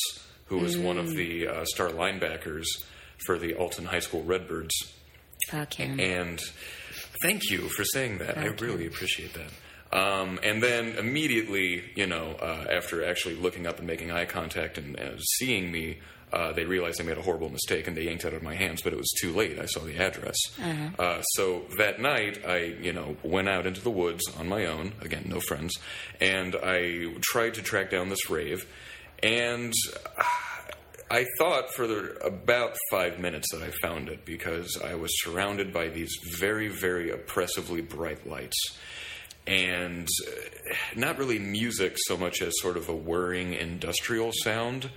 Speaker 4: who was one of the uh, star linebackers for the Alton High School Redbirds.
Speaker 2: Fuck him.
Speaker 4: And thank you for saying that. I really appreciate that. Um, and then immediately, you know, uh, after actually looking up and making eye contact and uh, seeing me, uh, they realized they made a horrible mistake and they yanked it out of my hands, but it was too late. I saw the address. Uh, so that night, I, you know, went out into the woods on my own, again, no friends, and I tried to track down this rave. And I thought for the, about five minutes that I found it because I was surrounded by these very, very oppressively bright lights. and uh, not really music so much as sort of a whirring industrial sound.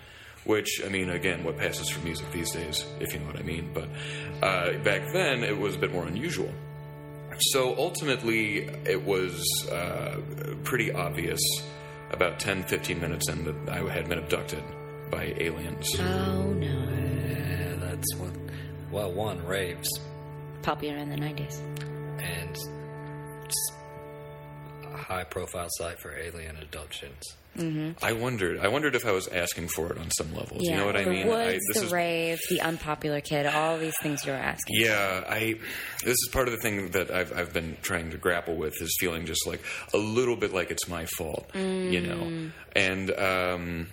Speaker 4: Which I mean, again, what passes for music these days, if you know what I mean. But uh, back then, it was a bit more unusual. So ultimately, it was uh, pretty obvious about 10, 15 minutes in that I had been abducted by aliens.
Speaker 2: Oh no.
Speaker 3: Yeah, that's what. Well, one raves
Speaker 2: Popular in the nineties.
Speaker 3: and it's a high-profile site for alien abductions.
Speaker 4: I wondered. I wondered if I was asking for it on some level. Do you know what
Speaker 2: the
Speaker 4: I mean?
Speaker 2: Woods,
Speaker 4: I,
Speaker 2: the rave, the unpopular kid, all these things you were asking.
Speaker 4: Yeah, I. This is part of the thing that I've I've been trying to grapple with is feeling just like a little bit like it's my fault, you
Speaker 2: Mm.
Speaker 4: know. And um,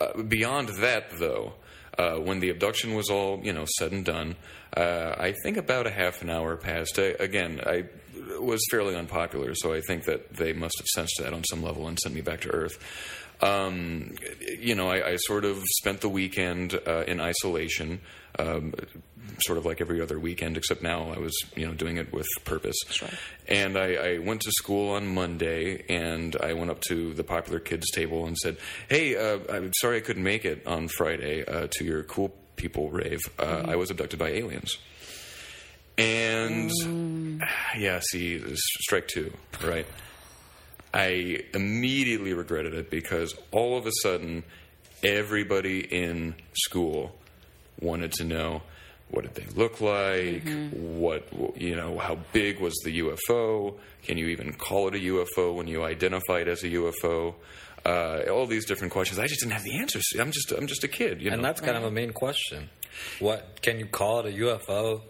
Speaker 4: uh, beyond that, though, uh, when the abduction was all you know said and done, uh, I think about a half an hour passed. I, again, I was fairly unpopular, so I think that they must have sensed that on some level and sent me back to Earth. Um, you know, I, I sort of spent the weekend uh, in isolation, um, sort of like every other weekend, except now I was, you know, doing it with purpose. And I, I went to school on Monday, and I went up to the popular kids table and said, "Hey, uh, I'm sorry I couldn't make it on Friday uh, to your cool people rave. Uh, I was abducted by aliens." And yeah, see, this is strike two, right? I immediately regretted it because all of a sudden, everybody in school wanted to know what did they look like, what you know, how big was the UFO? Can you even call it a UFO when you identify it as a UFO? Uh, all these different questions. I just didn't have the answers. I'm just, I'm just a kid, you know.
Speaker 3: And that's kind of a mean question. What can you call it a UFO?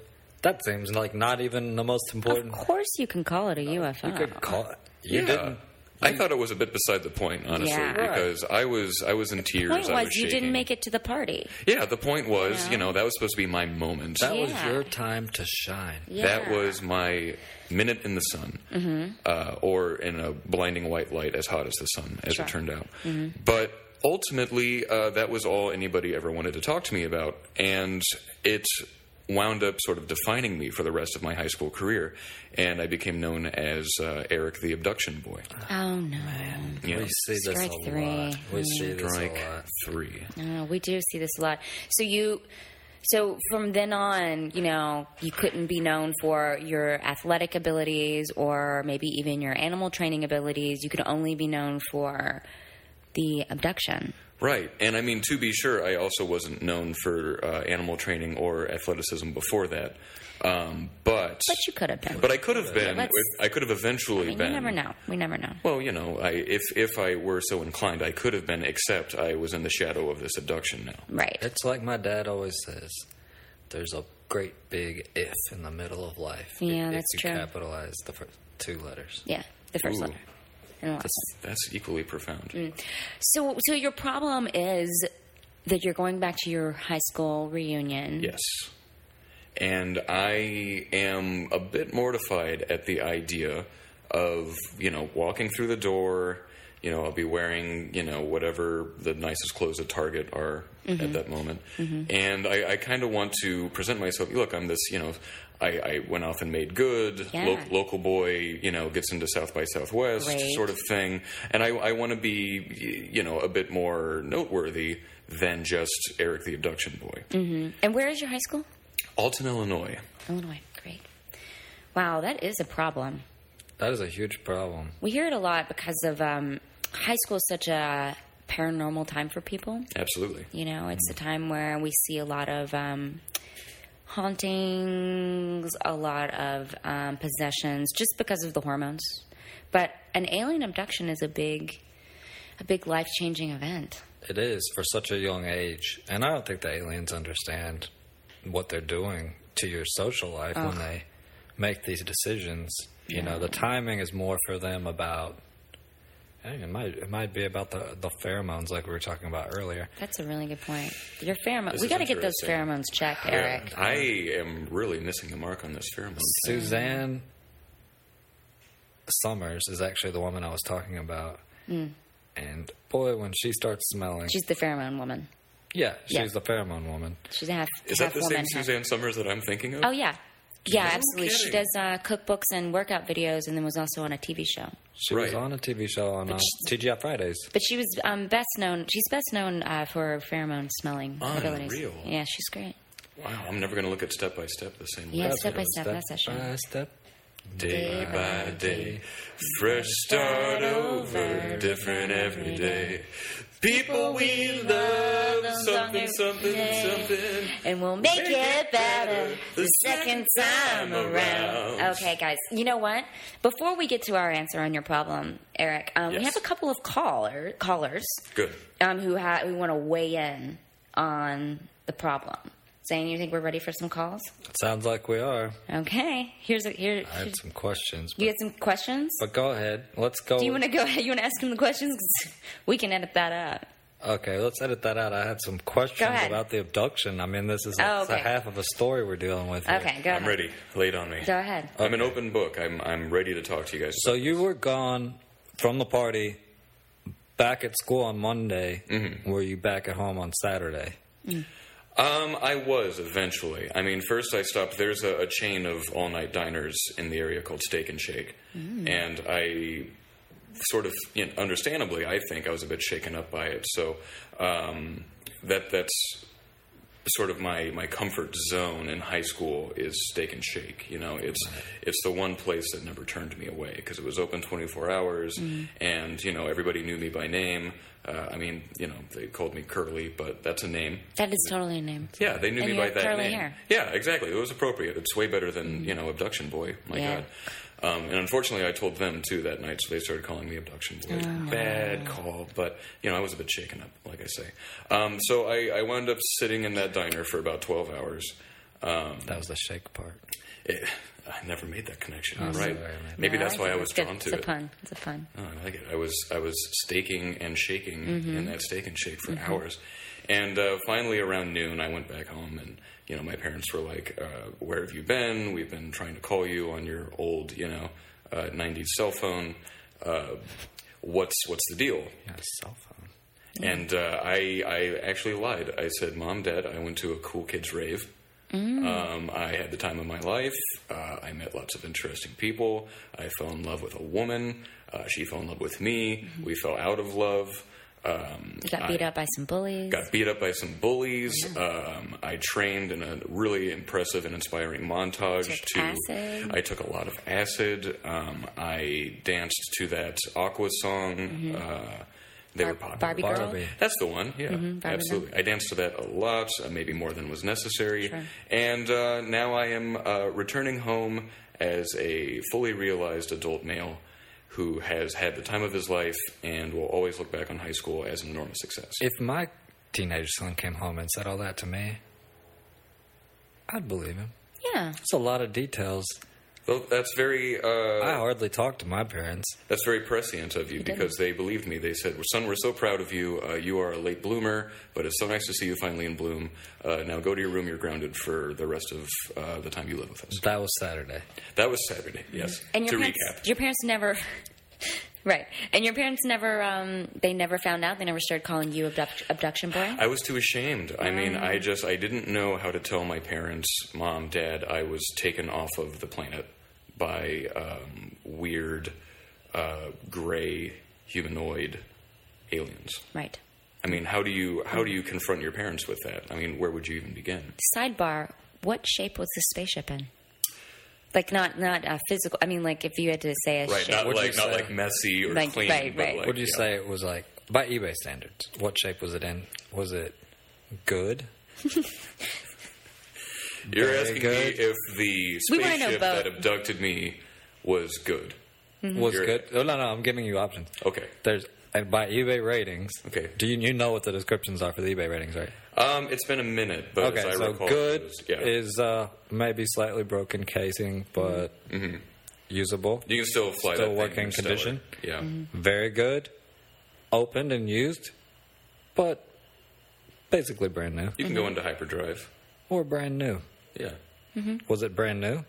Speaker 3: That seems like not even the most
Speaker 2: Of
Speaker 3: important.
Speaker 2: course, you can call it a UFO.
Speaker 3: You could call it. You didn't.
Speaker 4: I thought it was a bit beside the point, honestly,
Speaker 2: Yeah. Right.
Speaker 4: because I was I was in tears.
Speaker 2: Point
Speaker 4: I
Speaker 2: was,
Speaker 4: was
Speaker 2: you didn't
Speaker 4: shaking.
Speaker 2: make it to the party.
Speaker 4: Yeah, the point was, you know, that was supposed to be my moment.
Speaker 3: That was
Speaker 2: Yeah.
Speaker 3: your time to shine.
Speaker 2: Yeah. Mm-hmm.
Speaker 4: That was my minute in the sun, uh, or in a blinding white light as hot as the sun, as
Speaker 2: Sure. Mm-hmm.
Speaker 4: it turned out. But ultimately, uh, that was all anybody ever wanted to talk to me about, and it wound up sort of defining me for the rest of my high school career, and I became known as uh, Eric the Abduction Boy.
Speaker 2: Oh no.
Speaker 4: You know,
Speaker 3: We see this
Speaker 2: Strike
Speaker 3: a
Speaker 2: three.
Speaker 3: lot. We see this
Speaker 4: strike
Speaker 3: a lot.
Speaker 4: three.
Speaker 2: No, Uh, we do see this a lot. So you, so from then on, you know, you couldn't be known for your athletic abilities or maybe even your animal training abilities. You could only be known for the abduction.
Speaker 4: Right, and I mean to be sure, I also wasn't known for uh, animal training or athleticism before that, um, but
Speaker 2: But you could have been.
Speaker 4: but I could have been.
Speaker 2: let's-
Speaker 4: I could have eventually
Speaker 2: I mean,
Speaker 4: been.
Speaker 2: you never know. We never know.
Speaker 4: Well, you know, I, if if I were so inclined, I could have been. Except I was in the shadow of this abduction now.
Speaker 2: Right.
Speaker 3: It's like my dad always says. There's a great big if in the middle of life.
Speaker 2: Yeah,
Speaker 3: if,
Speaker 2: that's
Speaker 3: if
Speaker 2: true.
Speaker 3: you capitalize the first two letters.
Speaker 2: Yeah. The first
Speaker 4: Ooh.
Speaker 2: letter. And the last one.
Speaker 4: That's equally profound.
Speaker 2: So, so your problem is that you're going back to your high school reunion.
Speaker 4: Yes. And I am a bit mortified at the idea of, you know, walking through the door, you know, I'll be wearing, you know, whatever the nicest clothes at Target are at that moment. And I, I kind of want to present myself look, I'm this, you know, I, I went off and made good,
Speaker 2: Yeah.
Speaker 4: local boy, you know, gets into South by Southwest
Speaker 2: Right.
Speaker 4: sort of thing. And I, I want to be, y- you know, a bit more noteworthy than just Eric the Abduction Boy.
Speaker 2: And where is your high school?
Speaker 4: Alton, Illinois.
Speaker 2: Illinois. Great. Wow, that is a problem.
Speaker 3: That is a huge problem.
Speaker 2: We hear it a lot because of um, high school is such a paranormal time for people.
Speaker 4: Absolutely.
Speaker 2: You know, it's a time where we see a lot of um, hauntings, a lot of um, possessions, just because of the hormones. But an alien abduction is a big, a big life changing event.
Speaker 3: It is for such a young age, and I don't think the aliens understand what they're doing to your social life when they make these decisions. You know, the timing is more for them about. I think it might it might be about the the pheromones like we were talking about earlier.
Speaker 2: That's a really good point. Your pheromones.
Speaker 4: This
Speaker 2: We
Speaker 4: is
Speaker 2: got to get those
Speaker 4: interesting.
Speaker 2: pheromones checked, Eric.
Speaker 4: I am really missing the mark on this pheromone.
Speaker 3: Suzanne Summers is actually the woman I was talking about, and boy, when she starts smelling,
Speaker 2: Mm. She's the pheromone woman.
Speaker 3: yeah, she's
Speaker 2: yeah.
Speaker 3: the pheromone woman.
Speaker 2: She's a half,
Speaker 4: Is
Speaker 2: half
Speaker 4: that the
Speaker 2: woman.
Speaker 4: same
Speaker 2: half-
Speaker 4: Suzanne Summers that I'm thinking of?
Speaker 2: Oh yeah. Yeah, absolutely. She
Speaker 4: kidding.
Speaker 2: does uh, cookbooks and workout videos, and then was also on a TV show.
Speaker 3: She was
Speaker 4: Right.
Speaker 3: on a TV show on uh, TGI Fridays.
Speaker 2: But she was um, best known. She's best known uh, for her pheromone smelling abilities.
Speaker 4: Unreal.
Speaker 2: Yeah, she's great.
Speaker 4: Wow, I'm never going to look at step by step the same way.
Speaker 2: Yeah, step by step. That's that show.
Speaker 3: by step.
Speaker 4: Day by day, fresh start over, different every day. People we love, something, something, something.
Speaker 2: And we'll make it better the second time around.
Speaker 4: around.
Speaker 2: Okay, guys. You know what? Before we get to our answer on your problem, Eric, um, we
Speaker 4: Yes.
Speaker 2: have a couple of caller, callers
Speaker 4: Good.
Speaker 2: um, who, ha- who want to weigh in on the problem. Saying you think we're ready for some calls?
Speaker 3: Sounds like we are.
Speaker 2: Okay. Here's a here.
Speaker 3: I had some questions,
Speaker 2: you
Speaker 3: but,
Speaker 2: got some questions?
Speaker 3: but go ahead. Let's go.
Speaker 2: Do
Speaker 4: Oh.
Speaker 2: you want to go ahead? You want to ask him the questions? 'Cause we can edit that out.
Speaker 3: okay, let's edit that out. I had some questions
Speaker 2: ahead.
Speaker 3: about the abduction. I mean, this is
Speaker 2: Oh,
Speaker 3: it's a
Speaker 2: okay.
Speaker 3: half of a story we're dealing with. here.
Speaker 2: Okay, go ahead.
Speaker 4: I'm ready. Lay it on me.
Speaker 2: Go ahead.
Speaker 4: I'm an open book. I'm, I'm ready to talk to you guys.
Speaker 3: So you were gone from the party back at school on Monday. Were you back at home on Saturday?
Speaker 4: Um, I was eventually. I mean, first I stopped. There's a, a chain of all-night diners in the area called Steak and Shake, and I sort of, you know, understandably, I think I was a bit shaken up by it. So um, that that's sort of my, my comfort zone in high school is steak and shake you know it's it's the one place that never turned me away because it was open 24 hours and you know everybody knew me by name uh, i mean you know they called me curly but that's a name
Speaker 2: That is totally a name.
Speaker 4: yeah, they knew
Speaker 2: And
Speaker 4: me
Speaker 2: you
Speaker 4: by
Speaker 2: had
Speaker 4: that
Speaker 2: curly
Speaker 4: name.
Speaker 2: hair.
Speaker 4: Yeah, exactly. It was appropriate. It's way better than you know, abduction boy. My
Speaker 2: Yeah.
Speaker 4: God. Um, and unfortunately, I told them too that night, so they started calling me abduction boy. Bad call, but you know, I was a bit shaken up, like I say. Um, so I, I wound up sitting in that diner for about twelve hours. Um,
Speaker 3: That was the shake part.
Speaker 4: it, I never made that connection. All
Speaker 3: sorry,
Speaker 4: right,
Speaker 3: man.
Speaker 4: maybe
Speaker 2: No,
Speaker 4: that's why I
Speaker 2: think
Speaker 4: was
Speaker 2: it's good.
Speaker 4: drawn to
Speaker 2: It's
Speaker 4: it.
Speaker 2: a pun. It's a pun.
Speaker 4: Oh, I like it. I was I was staking and shaking in that stake and shake for hours, and uh, finally around noon I went back home and you know my parents were like, uh, "Where have you been? We've been trying to call you on your old you know uh, '90s cell phone. Uh, what's what's the deal?"
Speaker 3: Yeah, cell phone.
Speaker 2: Mm-hmm.
Speaker 4: And uh, I I actually lied. I said, "Mom, Dad, I went to a cool kids rave."
Speaker 2: Mm.
Speaker 4: Um, I had the time of my life. Uh, I met lots of interesting people. I fell in love with a woman. Uh, she fell in love with me.
Speaker 2: Mm-hmm.
Speaker 4: We fell out of love. Um,
Speaker 2: You got beat up by some bullies.
Speaker 4: got beat up by some bullies. Um, I trained in a really impressive and inspiring montage.
Speaker 2: Took
Speaker 4: to
Speaker 2: acid.
Speaker 4: I took a lot of acid. Um, I danced to that Aqua song. Uh, they were popular.
Speaker 2: Mm-hmm. Barbie girl.
Speaker 3: Barbie.
Speaker 4: That's the one. Yeah,
Speaker 2: Barbie
Speaker 4: absolutely. I danced to that a lot, uh, maybe more than was necessary. And uh, now I am uh, returning home as a fully realized adult male who has had the time of his life and will always look back on high school as an enormous success.
Speaker 3: If my teenage son came home and said all that to me, I'd believe him.
Speaker 2: Yeah.
Speaker 3: It's a lot of details.
Speaker 4: Well, that's very
Speaker 3: I
Speaker 4: uh,
Speaker 3: hardly talk to my parents.
Speaker 4: that's very prescient of you because they believed me. They said, "Son, we're so proud of you. Uh, you are a late bloomer, but it's so nice to see you finally in bloom. Uh, now go to your room. You're grounded for the rest of uh, the time you live with us."
Speaker 3: That was Saturday.
Speaker 4: That was Saturday. Yes.
Speaker 2: And your
Speaker 4: to
Speaker 2: parents,
Speaker 4: recap,
Speaker 2: your parents never. right. And your parents never. Um, they never found out. They never started calling you abduct, abduction boy.
Speaker 4: I was too ashamed. I mean, I just I didn't know how to tell my parents, mom, dad, I was taken off of the planet by um, weird, uh, gray humanoid aliens.
Speaker 2: right.
Speaker 4: I mean, how do you how
Speaker 3: Mm.
Speaker 4: do you confront your parents with that? I mean, where would you even begin?
Speaker 2: Sidebar: What shape was the spaceship in? Like not not a physical. I mean, like if you had to say a shape.
Speaker 4: not
Speaker 3: What'd you
Speaker 4: like not
Speaker 3: say?
Speaker 4: like messy or
Speaker 2: Like,
Speaker 4: clean.
Speaker 2: right,
Speaker 4: but
Speaker 2: right.
Speaker 4: Like,
Speaker 3: What do you
Speaker 4: yeah.
Speaker 3: say it was like by eBay standards? What shape was it in? Was it good?
Speaker 4: You're
Speaker 3: Very
Speaker 4: asking
Speaker 3: good.
Speaker 4: me if the
Speaker 2: We wanna know
Speaker 4: spaceship
Speaker 2: both.
Speaker 4: that abducted me was good.
Speaker 3: Was
Speaker 4: You're-
Speaker 3: good? Oh no, no, I'm giving you options.
Speaker 4: Okay.
Speaker 3: There's and by eBay ratings.
Speaker 4: Okay.
Speaker 3: Do you you know what the descriptions are for the eBay ratings, right?
Speaker 4: Um, it's been a minute, but as I
Speaker 3: Okay, so
Speaker 4: recall, it
Speaker 3: good
Speaker 4: was- yeah.
Speaker 3: is uh, maybe slightly broken casing, but
Speaker 4: Mm-hmm.
Speaker 3: usable.
Speaker 4: You can still fly
Speaker 3: Still
Speaker 4: that
Speaker 3: working
Speaker 4: thing. Stellar.
Speaker 3: condition?
Speaker 4: Yeah.
Speaker 3: Very good. Opened and used, but basically brand new
Speaker 4: You can go into hyperdrive.
Speaker 3: or brand new.
Speaker 4: Yeah.
Speaker 3: Was it brand new?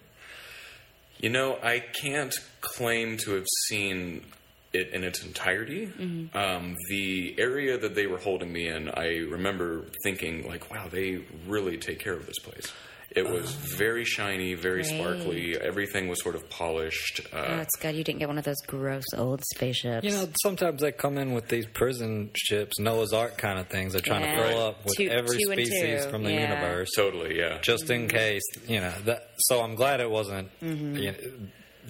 Speaker 4: You know, I can't claim to have seen it in its entirety. Um, the area that they were holding me in, I remember thinking, like, wow, they really take care of this place. It was very shiny, very
Speaker 2: Great.
Speaker 4: sparkly. Everything was sort of polished. Uh,
Speaker 2: Oh, it's good you didn't get one of those gross old spaceships.
Speaker 3: You know, sometimes they come in with these prison ships, Noah's Ark kind of things. They're trying
Speaker 2: Yeah.
Speaker 3: to fill up with
Speaker 2: Two-
Speaker 3: every
Speaker 2: two and
Speaker 3: species
Speaker 2: two,
Speaker 3: from the
Speaker 2: yeah. Mm-hmm.
Speaker 3: universe,
Speaker 4: totally, yeah.
Speaker 3: just in case. You know, that, so I'm glad it wasn't. You know,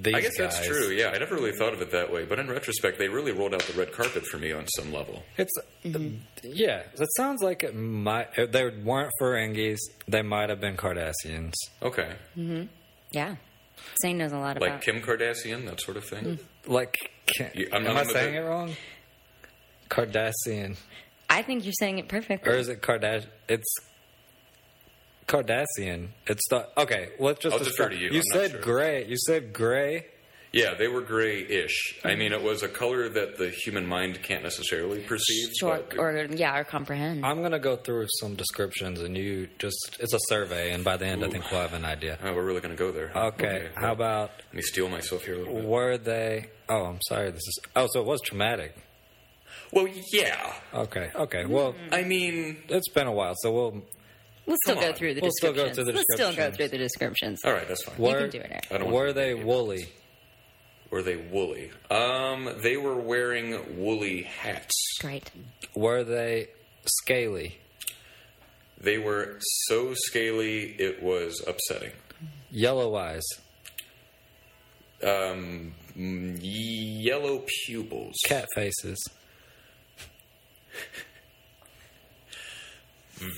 Speaker 3: these
Speaker 4: I guess that's
Speaker 3: guys.
Speaker 4: true. Yeah, I never really thought of it that way, but in retrospect, they really rolled out the red carpet for me on some level.
Speaker 3: It's
Speaker 2: Mm-hmm.
Speaker 3: yeah. That sounds like it might. If they weren't Ferengis, they might have been Cardassians.
Speaker 4: Okay,
Speaker 2: yeah. Zane knows a lot
Speaker 4: like
Speaker 2: about. Mm.
Speaker 4: Kim Kardashian, that sort of thing.
Speaker 3: Like, can,
Speaker 4: You- I'm-
Speaker 3: am
Speaker 4: I'm
Speaker 3: I
Speaker 4: a bit-
Speaker 3: saying it wrong? Cardassian,
Speaker 2: I think you're saying it perfectly.
Speaker 3: or is it Kardash? It's Cardassian. It's the okay. Let's just
Speaker 4: I'll defer to
Speaker 3: You
Speaker 4: you, I'm not
Speaker 3: said
Speaker 4: sure.
Speaker 3: gray. You said gray.
Speaker 4: Yeah, they were grayish. I mean, it was a color that the human mind can't necessarily perceive.
Speaker 2: Sure,
Speaker 4: but-
Speaker 2: or yeah, or comprehend.
Speaker 3: I'm gonna go through some descriptions, and you just—it's a survey, and by the end, I think we'll have an idea.
Speaker 4: Oh, we're really going to go there.
Speaker 3: Okay. how
Speaker 4: well,
Speaker 3: about
Speaker 4: Let me steal myself here a little bit.
Speaker 3: were they? Oh, I'm sorry. This is. Oh, so it was traumatic.
Speaker 4: Well, yeah.
Speaker 3: Okay. Okay. Well,
Speaker 2: Mm-hmm.
Speaker 4: I mean,
Speaker 3: it's been a while, so we'll.
Speaker 2: we'll still
Speaker 4: come
Speaker 2: go
Speaker 4: on.
Speaker 2: through the
Speaker 3: We'll still go
Speaker 2: descriptions.
Speaker 3: through the
Speaker 2: Let's still go
Speaker 3: descriptions.
Speaker 2: through the descriptions.
Speaker 4: all right, that's fine.
Speaker 3: Were,
Speaker 2: do it, Eric.
Speaker 4: I don't want
Speaker 3: Were
Speaker 4: to
Speaker 3: they
Speaker 4: make it
Speaker 3: woolly?
Speaker 4: Were they woolly? Um, they were wearing woolly hats.
Speaker 2: Great.
Speaker 3: Were they scaly?
Speaker 4: They were so scaly, it was upsetting.
Speaker 3: Yellow eyes?
Speaker 4: Um, mm, yellow pupils.
Speaker 3: Cat faces?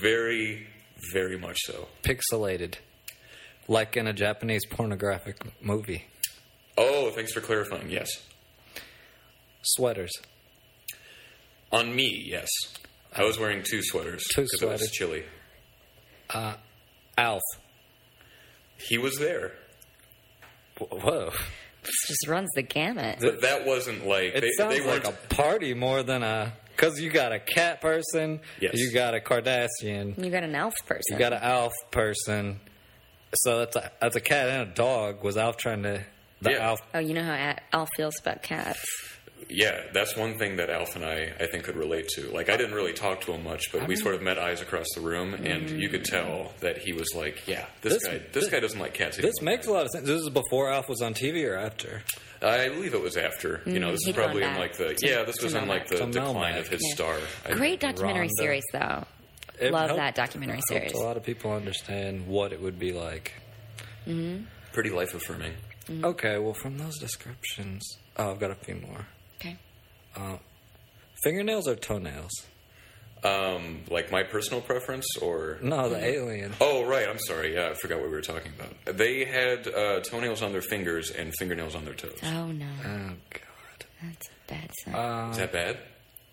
Speaker 4: Very, very much so.
Speaker 3: Pixelated? Like in a Japanese pornographic movie?
Speaker 4: Oh, thanks for clarifying. Yes.
Speaker 3: Sweaters?
Speaker 4: On me, yes. I was wearing two sweaters.
Speaker 3: Two
Speaker 4: 'cause It
Speaker 3: sweaters.
Speaker 4: was chilly.
Speaker 3: Alf?
Speaker 4: He was there.
Speaker 3: Whoa!
Speaker 2: This just runs the gamut.
Speaker 4: But that wasn't like
Speaker 3: It
Speaker 4: they,
Speaker 3: sounds
Speaker 4: they
Speaker 3: like
Speaker 4: weren't.
Speaker 3: a party more than a. Cause you got a cat person.
Speaker 4: Yes.
Speaker 3: You got a Kardashian.
Speaker 2: you got an elf person.
Speaker 3: You got an Alf person. So that's a that's a cat and a dog. Was Alf trying to the
Speaker 4: Yeah.
Speaker 3: Alf
Speaker 2: oh, you know how a- elf feels about cats.
Speaker 4: yeah, that's one thing that Alf and I I think could relate to. Like I didn't really talk to him much, but we sort of met eyes across the room, and you could tell that he was like, yeah, this,
Speaker 3: Mm. This-
Speaker 4: guy, this, guy doesn't like cats.
Speaker 3: This
Speaker 4: anymore.
Speaker 3: makes a lot of sense. This is before Alf was on TV or after.
Speaker 4: I believe it was after. You know, this
Speaker 2: he'd
Speaker 4: is probably
Speaker 2: gone
Speaker 4: in like
Speaker 2: Mm, back
Speaker 4: the
Speaker 2: to-
Speaker 4: yeah, this
Speaker 2: to
Speaker 4: was in like the
Speaker 3: Melmac. To
Speaker 4: decline
Speaker 3: Melmac.
Speaker 4: of his
Speaker 2: Yeah.
Speaker 4: star. I-
Speaker 2: Great documentary
Speaker 3: Rhonda.
Speaker 2: series, though.
Speaker 3: It
Speaker 2: Love
Speaker 3: helped-
Speaker 2: that documentary
Speaker 3: helped
Speaker 2: series.
Speaker 3: A lot of people understand what it would be like.
Speaker 4: pretty life affirming.
Speaker 2: Mm-hmm.
Speaker 3: Okay, well, from those descriptions, oh, I've got a few more.
Speaker 2: Okay.
Speaker 3: Fingernails or toenails?
Speaker 4: Um, like my personal preference, or
Speaker 3: No, the alien.
Speaker 4: oh right, I'm sorry. Yeah, I forgot what we were talking about. They had uh, toenails on their fingers and fingernails on their toes.
Speaker 2: Oh no,
Speaker 3: Oh God.
Speaker 2: that's a bad
Speaker 3: uh,
Speaker 2: sign.
Speaker 4: Is that bad?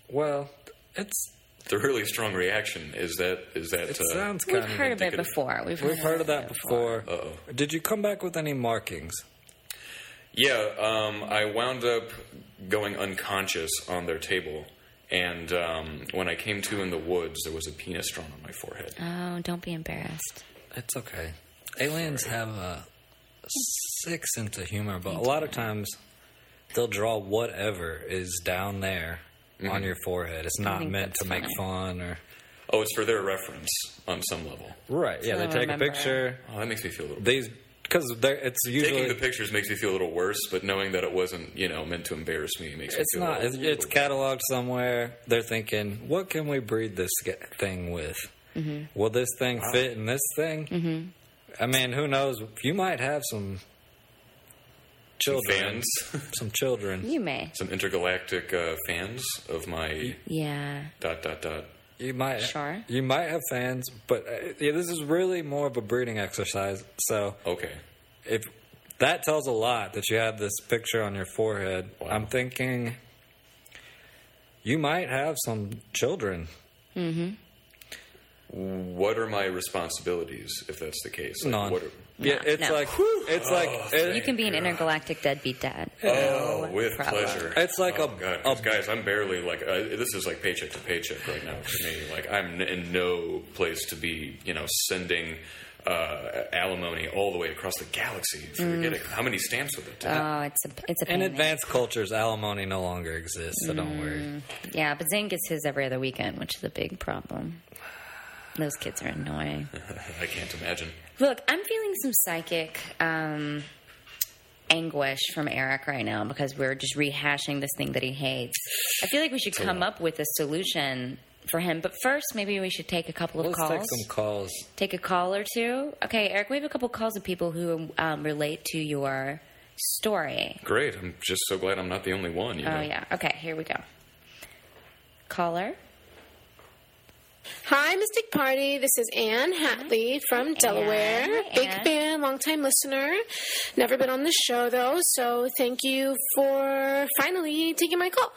Speaker 3: Well, it's
Speaker 4: The really strong reaction is that is that
Speaker 3: it
Speaker 4: uh,
Speaker 3: sounds
Speaker 2: We've
Speaker 3: kind of.
Speaker 2: heard of it
Speaker 4: indicative.
Speaker 2: before. We've heard,
Speaker 3: We've heard of that before.
Speaker 4: Uh-oh.
Speaker 3: Did you come back with any markings?
Speaker 4: Yeah, um, I wound up going unconscious on their table, and um, when I came to in the woods, there was a penis drawn on my forehead.
Speaker 2: Oh, don't be embarrassed.
Speaker 3: It's okay. Aliens have a sick sense of humor, but a lot of times they'll draw whatever is down there on your forehead. It's not
Speaker 2: think
Speaker 3: meant
Speaker 2: that's
Speaker 3: to make fun or
Speaker 4: Oh, it's for their reference on some level.
Speaker 3: right. Yeah,
Speaker 2: So
Speaker 3: they take
Speaker 2: remember-
Speaker 3: a picture.
Speaker 4: Oh, that makes me feel a little.
Speaker 3: These because it's
Speaker 4: Taking the
Speaker 3: usually
Speaker 4: pictures makes me feel a little worse, but knowing that it wasn't, you know, meant to embarrass me makes
Speaker 3: it's
Speaker 4: me feel.
Speaker 3: not
Speaker 4: A
Speaker 3: it's,
Speaker 4: little,
Speaker 3: it's cataloged somewhere. They're thinking, what can we breed this g- thing with? Will this thing fit in this thing? Mm-hmm. I mean, who knows? You might have some children,
Speaker 4: fans,
Speaker 3: some children.
Speaker 2: You may.
Speaker 4: some intergalactic uh, fans of my
Speaker 2: Yeah.
Speaker 4: dot dot dot.
Speaker 3: You might
Speaker 2: Sure.
Speaker 3: You might have fans, but uh, yeah, this is really more of a breeding exercise. So
Speaker 4: Okay,
Speaker 3: if that tells a lot that you have this picture on your forehead, I'm thinking you might have some children.
Speaker 4: what are my responsibilities if that's the case? Like,
Speaker 3: None.
Speaker 4: What are,
Speaker 3: yeah, it's
Speaker 2: no.
Speaker 3: like it's like it-
Speaker 2: You can be an intergalactic deadbeat dad.
Speaker 4: Oh,
Speaker 2: No
Speaker 4: with
Speaker 2: problem.
Speaker 4: pleasure.
Speaker 3: It's like
Speaker 4: oh,
Speaker 3: a-
Speaker 4: God,
Speaker 3: a-
Speaker 4: 'cause guys. I'm barely like uh, this is like paycheck to paycheck right now for me. Like I'm n- in no place to be, you know, sending. uh, alimony all the way across the galaxy for getting. How many stamps would that take?
Speaker 2: Oh, it's a it's a pain. in
Speaker 3: In
Speaker 2: the-
Speaker 3: advanced cultures, alimony no longer exists, so don't
Speaker 2: Mm,
Speaker 3: worry.
Speaker 2: Yeah, but Zane gets his every other weekend, which is a big problem. Those kids are annoying.
Speaker 4: I can't imagine.
Speaker 2: Look, I'm feeling some psychic um, anguish from Eric right now because we're just rehashing this thing that he hates. I feel like we should come up with a solution for him, but first, maybe we should take a couple of
Speaker 3: Let's
Speaker 2: calls.
Speaker 3: take some calls.
Speaker 2: Take a call or two. Okay, Eric, we have a couple calls of people who um, relate to your story.
Speaker 4: Great. I'm just so glad I'm not the only one. You know?
Speaker 2: Oh yeah. Okay, here we go. Caller.
Speaker 5: Hi, Mystic Party. This is Anne Hatley from Delaware.
Speaker 2: Hi,
Speaker 5: Big
Speaker 2: Anne.
Speaker 5: fan, longtime listener. Never been on the show though, so thank you for finally taking my call.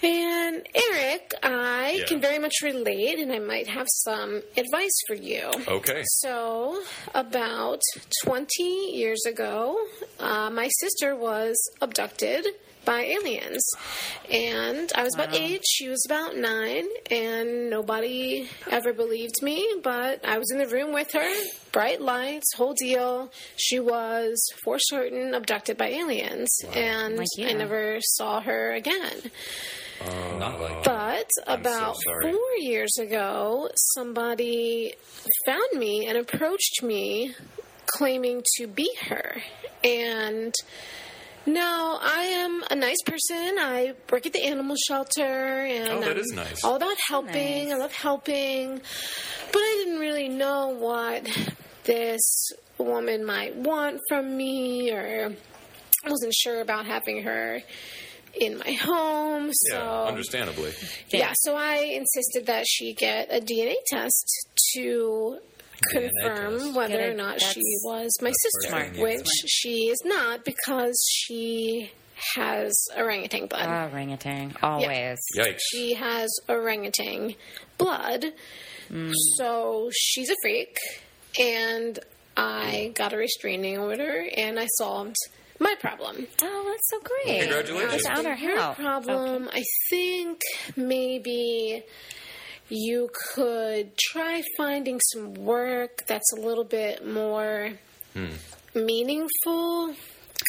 Speaker 5: And Eric, I
Speaker 4: Yeah.
Speaker 5: can very much relate, and I might have some advice for you.
Speaker 4: Okay.
Speaker 5: So, about 20 years ago, uh, my sister was abducted by aliens. And I was about eight, she was about nine, and nobody ever believed me, but I was in the room with her, bright lights, whole deal. She was for certain abducted by aliens, and
Speaker 2: Like you.
Speaker 5: I never saw her again.
Speaker 4: Uh,
Speaker 3: Not like
Speaker 5: But
Speaker 4: so
Speaker 5: about
Speaker 4: sorry.
Speaker 5: four years ago, somebody found me and approached me claiming to be her. And now I am a nice person. I work at the animal shelter and
Speaker 4: Oh, that
Speaker 5: I'm
Speaker 4: is nice.
Speaker 5: all about helping. I love helping. But I didn't really know what this woman might want from me or wasn't sure about having her in my home. So
Speaker 4: Yeah, understandably.
Speaker 5: yeah, so I insisted that she get a DNA test to
Speaker 3: DNA
Speaker 5: confirm
Speaker 3: test.
Speaker 5: whether
Speaker 2: Get a-
Speaker 5: or not she
Speaker 2: that's-
Speaker 5: was my
Speaker 3: smart.
Speaker 5: sister, which she is not because she has orangutan blood.
Speaker 2: Ah, orangutan. Always.
Speaker 4: Yikes.
Speaker 5: She has orangutan blood.
Speaker 2: Hmm.
Speaker 5: So she's a freak. And
Speaker 3: Hmm.
Speaker 5: I got a restraining order and I solved my problem.
Speaker 2: Oh, that's so great.
Speaker 4: Congratulations.
Speaker 2: Without her
Speaker 5: Your
Speaker 2: help.
Speaker 5: problem. I think maybe you could try finding some work that's a little bit more meaningful.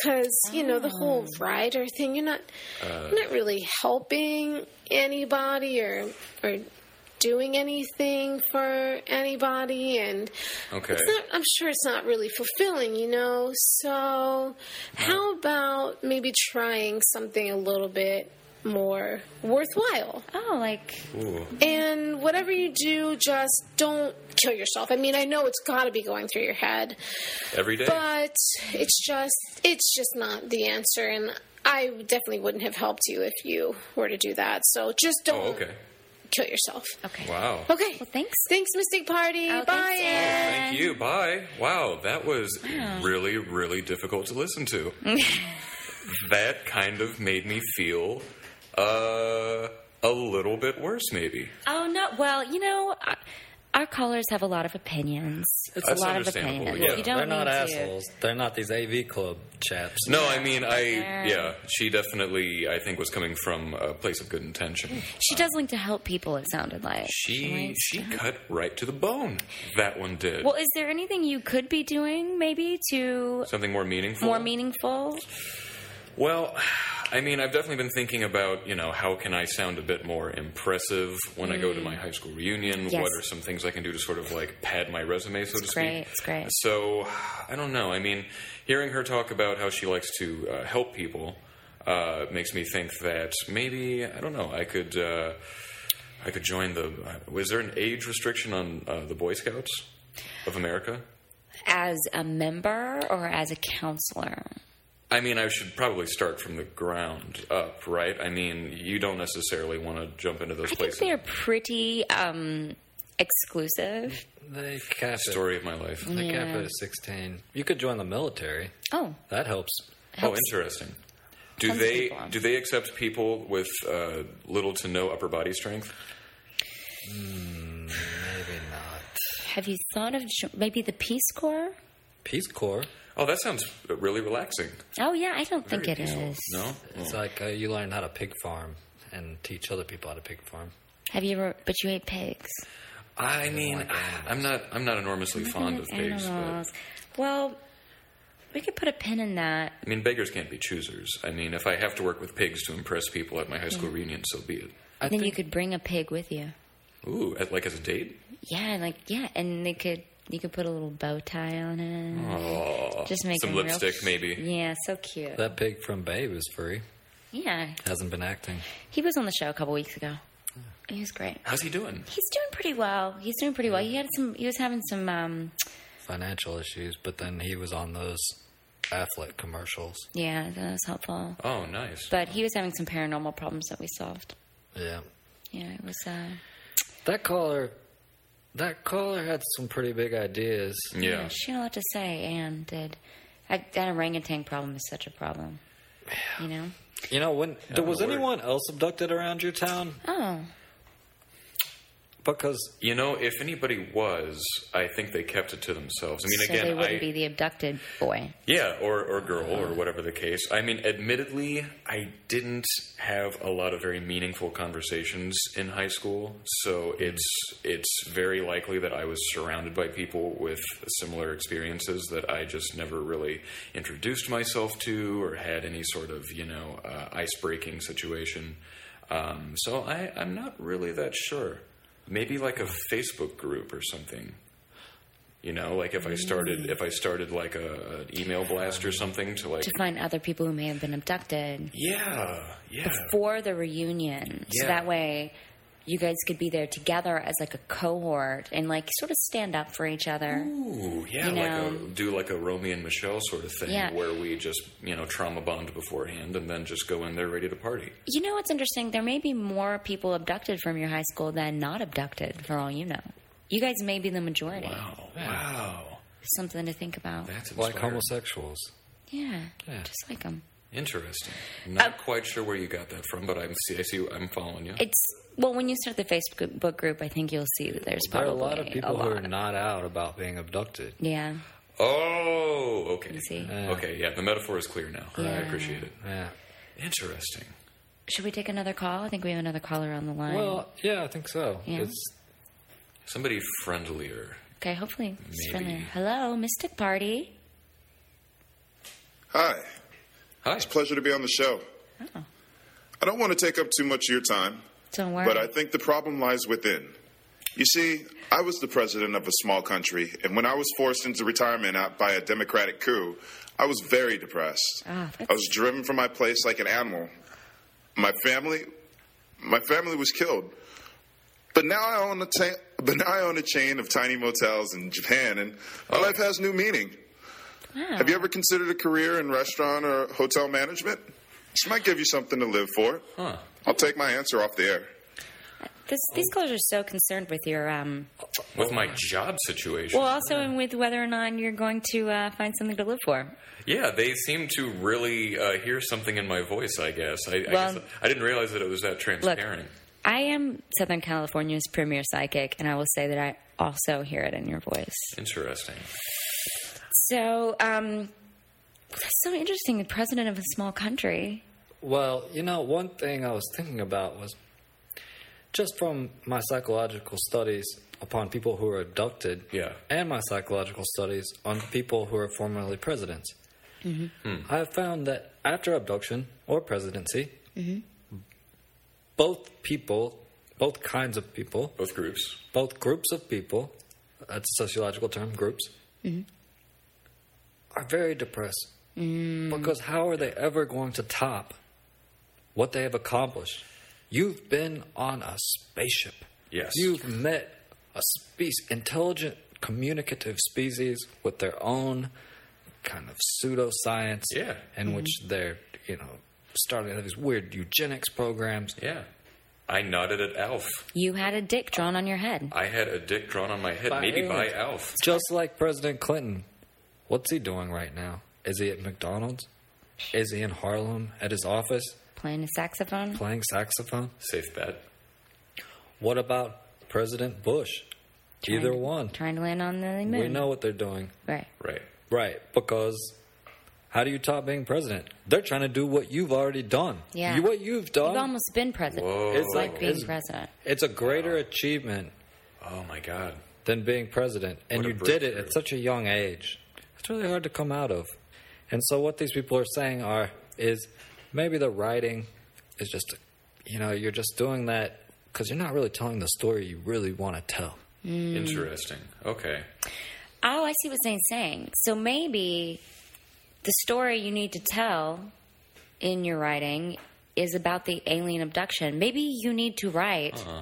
Speaker 5: Because you know the whole rider thing, you're not you're not really helping anybody or or doing anything for anybody, and
Speaker 4: Okay.
Speaker 5: it's not, I'm sure it's not really fulfilling, you know? So, how about maybe trying something a little bit more worthwhile?
Speaker 2: Oh, like
Speaker 4: Ooh.
Speaker 5: And whatever you do, just don't kill yourself. I mean, I know it's got to be going through your head,
Speaker 4: Every day.
Speaker 5: but it's just it's just not the answer and I definitely wouldn't have helped you if you were to do that. So, just don't
Speaker 4: oh, okay.
Speaker 5: kill yourself.
Speaker 2: okay.
Speaker 4: Wow.
Speaker 5: Okay.
Speaker 2: Well, thanks.
Speaker 5: Thanks, Mystic Party.
Speaker 2: Oh, thanks,
Speaker 5: Bye. Ann.
Speaker 4: Thank you. Bye. Wow, that was really, really difficult to listen to. that kind of made me feel uh, a little bit worse, maybe.
Speaker 2: Oh no. Well, you know, our- our callers have a lot of opinions. It's
Speaker 4: That's
Speaker 2: a lot of
Speaker 4: understandable,
Speaker 2: opinions.
Speaker 4: yeah.
Speaker 2: You don't
Speaker 3: they're not
Speaker 2: need
Speaker 3: assholes. They're not these AV club chaps.
Speaker 4: No, I mean, I
Speaker 2: Yeah.
Speaker 4: yeah. She definitely, I think, was coming from a place of good intention.
Speaker 2: to. She does like to help people. It sounded like
Speaker 4: She
Speaker 2: likes
Speaker 4: she
Speaker 2: to-
Speaker 4: cut right to the bone. That one did.
Speaker 2: Well, is there anything you could be doing maybe to
Speaker 4: Something more meaningful.
Speaker 2: more meaningful?
Speaker 4: Well, I mean, I've definitely been thinking about, you know, how can I sound a bit more impressive when I go to my high school reunion?
Speaker 2: Mm. Yes.
Speaker 4: What are some things I can do to sort of like pad my resume, so to
Speaker 2: It's
Speaker 4: speak?
Speaker 2: great. It's great.
Speaker 4: So, I don't know. I mean, hearing her talk about how she likes to uh, help people uh, makes me think that maybe, I don't know, I could. Uh, I could join the. Uh, was there an age restriction on uh, the Boy Scouts of America?
Speaker 2: As a member or as a counselor?
Speaker 4: I mean, I should probably start from the ground up, right? I mean, you don't necessarily want to jump into those
Speaker 2: I think
Speaker 4: places.
Speaker 2: they're pretty um, exclusive.
Speaker 3: They cap it.
Speaker 4: Story of my life. Oh,
Speaker 3: They cap
Speaker 2: Yeah.
Speaker 3: it at sixteen. You could join the military.
Speaker 2: Oh,
Speaker 3: That helps.
Speaker 4: Oh, interesting. Do
Speaker 2: Tons of
Speaker 4: they
Speaker 2: people.
Speaker 4: do they accept people with uh, little to no upper body strength?
Speaker 3: Maybe not.
Speaker 2: have you thought of jo- maybe the Peace Corps?
Speaker 3: Peace Corps.
Speaker 4: Oh, that sounds really relaxing.
Speaker 2: Oh yeah, I don't think it is.
Speaker 4: peaceful. No, Oh.
Speaker 3: It's like uh, you learn how to pig farm and teach other people how to pig farm.
Speaker 2: Have you ever? But you ate pigs.
Speaker 4: I mean, I'm not I'm not enormously
Speaker 2: Mm-hmm.
Speaker 4: fond of pigs, but
Speaker 2: Animals. Well, we could put a pin in that.
Speaker 4: I mean, beggars can't be choosers. I mean, if I have to work with pigs to impress people at my high school
Speaker 2: Mm-hmm.
Speaker 4: reunion, so be it.
Speaker 3: I
Speaker 2: then
Speaker 3: think
Speaker 2: you could bring a pig with you.
Speaker 4: Ooh, at, like as a date?
Speaker 2: Yeah, and like yeah, and they could you could put a little bow tie on it.
Speaker 4: Oh,
Speaker 2: Just make
Speaker 4: some
Speaker 2: him real
Speaker 4: lipstick,
Speaker 2: cute.
Speaker 4: maybe.
Speaker 2: Yeah, so cute.
Speaker 3: that pig from Babe is free.
Speaker 2: yeah,
Speaker 3: Hasn't been acting.
Speaker 2: he was on the show a couple weeks ago. He was great.
Speaker 4: How's he doing?
Speaker 2: He's doing pretty well. He's doing pretty well. He had some. He was having some. um
Speaker 3: Financial issues, but then he was on those Affleck commercials.
Speaker 2: Yeah, that was helpful.
Speaker 4: Oh, nice.
Speaker 2: But he was having some paranormal problems that we solved.
Speaker 3: Yeah.
Speaker 2: Yeah, it was. uh
Speaker 3: That caller that caller had some pretty big ideas.
Speaker 2: Mm.
Speaker 4: yeah.
Speaker 2: She had a lot to say, and did. I, that orangutan problem is such a problem. You know.
Speaker 3: You know, when there was
Speaker 4: word.
Speaker 3: anyone else abducted around your town?
Speaker 2: Oh,
Speaker 3: Because
Speaker 4: You know, if anybody was, I think they kept it to themselves. I mean,
Speaker 2: so
Speaker 4: again,
Speaker 2: they wouldn't
Speaker 4: I,
Speaker 2: be the abducted boy.
Speaker 4: Yeah, or, or girl, or whatever the case. I mean, admittedly, I didn't have a lot of very meaningful conversations in high school, so it's it's very likely that I was surrounded by people with similar experiences that I just never really introduced myself to or had any sort of you know uh, ice breaking situation. Um, so I, I'm not really that sure. Maybe like a Facebook group or something. You know, like if I started if I started like a, an email blast or something to like
Speaker 2: to find other people who may have been abducted
Speaker 4: yeah, yeah.
Speaker 2: for the reunion. So
Speaker 4: Yeah.
Speaker 2: that way you guys could be there together as like a cohort and like sort of stand up for each other.
Speaker 4: Ooh, yeah,
Speaker 2: You know.
Speaker 4: like a do like a Romeo and Michelle sort of thing
Speaker 2: Yeah.
Speaker 4: where we just, you know, trauma bond beforehand and then just go in there ready to party.
Speaker 2: You know what's interesting? There may be more people abducted from your high school than not abducted for all you know. You guys may be the majority.
Speaker 4: Wow. Wow.
Speaker 2: Something to think about.
Speaker 4: That's
Speaker 3: like
Speaker 4: inspiring.
Speaker 3: homosexuals.
Speaker 2: yeah,
Speaker 3: Yeah.
Speaker 2: Just like them.
Speaker 4: interesting.
Speaker 2: Uh,
Speaker 4: Not quite sure where you got that from, but I'm see I see I'm following you.
Speaker 2: It's well, when you start the Facebook group, I think you'll see that there's
Speaker 3: There are
Speaker 2: probably
Speaker 3: a lot of people
Speaker 2: lot
Speaker 3: who are
Speaker 2: of-
Speaker 3: not out about being abducted.
Speaker 2: yeah.
Speaker 4: oh, okay.
Speaker 2: You see.
Speaker 3: Uh,
Speaker 4: Okay, yeah, the metaphor is clear now. I
Speaker 2: Yeah.
Speaker 4: appreciate it.
Speaker 3: Yeah.
Speaker 4: Interesting.
Speaker 2: Should we take another call? I think we have another caller on the line.
Speaker 3: Well, yeah, I think so.
Speaker 2: Yeah.
Speaker 3: It's
Speaker 4: Somebody friendlier.
Speaker 2: Okay, hopefully. it's been
Speaker 4: Maybe.
Speaker 2: a- Hello, Mystic Party.
Speaker 6: Hi,
Speaker 4: Hi.
Speaker 6: pleasure to be on the show.
Speaker 2: Oh,
Speaker 6: I don't want to take up too much of your time,
Speaker 2: don't worry.
Speaker 6: but I think the problem lies within. You see, I was the president of a small country, and when I was forced into retirement out by a democratic coup, I was very depressed.
Speaker 2: Ah, that's-
Speaker 6: I was driven from my place like an animal. My family, my family was killed. But now I own a ta- but now I own a chain of tiny motels in Japan, and my life has new meaning.
Speaker 2: wow.
Speaker 6: Have you ever considered a career in restaurant or hotel management? This might give you something to live for. I'll take my answer off the air.
Speaker 2: this,
Speaker 6: Oh.
Speaker 2: these callers are so concerned with your, um,
Speaker 4: With my job situation.
Speaker 2: well, also and with whether or not you're going to uh, find something to live for.
Speaker 4: Yeah, they seem to really uh, hear something in my voice. I guess. I, I
Speaker 2: Well-
Speaker 4: guess I didn't realize that it was that transparent.
Speaker 2: I am Southern California's premier psychic, and I will say that I also hear it in your voice.
Speaker 4: Interesting.
Speaker 2: So, um, that's so interesting. The president of a small country.
Speaker 3: well, you know, one thing I was thinking about was just from my psychological studies upon people who are abducted,
Speaker 4: Yeah.
Speaker 3: and my psychological studies on people who are formerly presidents. I have found that after abduction or presidency, both people, both kinds of people,
Speaker 4: Both groups.
Speaker 3: both groups of people, that's a sociological term, groups, are very depressed. Because how are they ever going to top what they have accomplished? You've been on a spaceship.
Speaker 4: Yes.
Speaker 3: You've met a species, intelligent, communicative species with their own kind of pseudoscience
Speaker 4: Yeah.
Speaker 3: in which they're, you know, starting these weird eugenics programs.
Speaker 4: Yeah. I nodded at Alf.
Speaker 2: You had a dick drawn on your head.
Speaker 4: I had a dick drawn on my head,
Speaker 3: By
Speaker 4: maybe by
Speaker 3: aliens.
Speaker 4: Alf.
Speaker 3: Just like President Clinton. What's he doing right now? Is he at McDonald's? Is he in Harlem at his office
Speaker 2: Playing a saxophone.
Speaker 3: playing saxophone?
Speaker 4: Safe bet.
Speaker 3: What about President Bush? Either one.
Speaker 2: Trying to land on the moon.
Speaker 3: We know what they're doing.
Speaker 2: Right.
Speaker 4: Right.
Speaker 3: Right, because how do you top being president? They're trying to do what you've already done.
Speaker 2: Yeah.
Speaker 3: You- what you've done.
Speaker 2: You've almost been president.
Speaker 4: Whoa.
Speaker 3: It's like-
Speaker 2: being
Speaker 3: it's-
Speaker 2: president.
Speaker 3: it's a greater achievement
Speaker 4: Oh my God.
Speaker 3: than being president. And
Speaker 4: What a
Speaker 3: you did it
Speaker 4: breakthrough.
Speaker 3: at such a young age. It's really hard to come out of. And so what these people are saying are is maybe the writing is just you know, you're just doing that cuz you're not really telling the story you really want to tell.
Speaker 2: Hmm.
Speaker 4: Interesting. Okay.
Speaker 2: Oh, I see what Zane's saying. So maybe the story you need to tell in your writing is about the alien abduction. Maybe you need to write
Speaker 4: Uh-huh.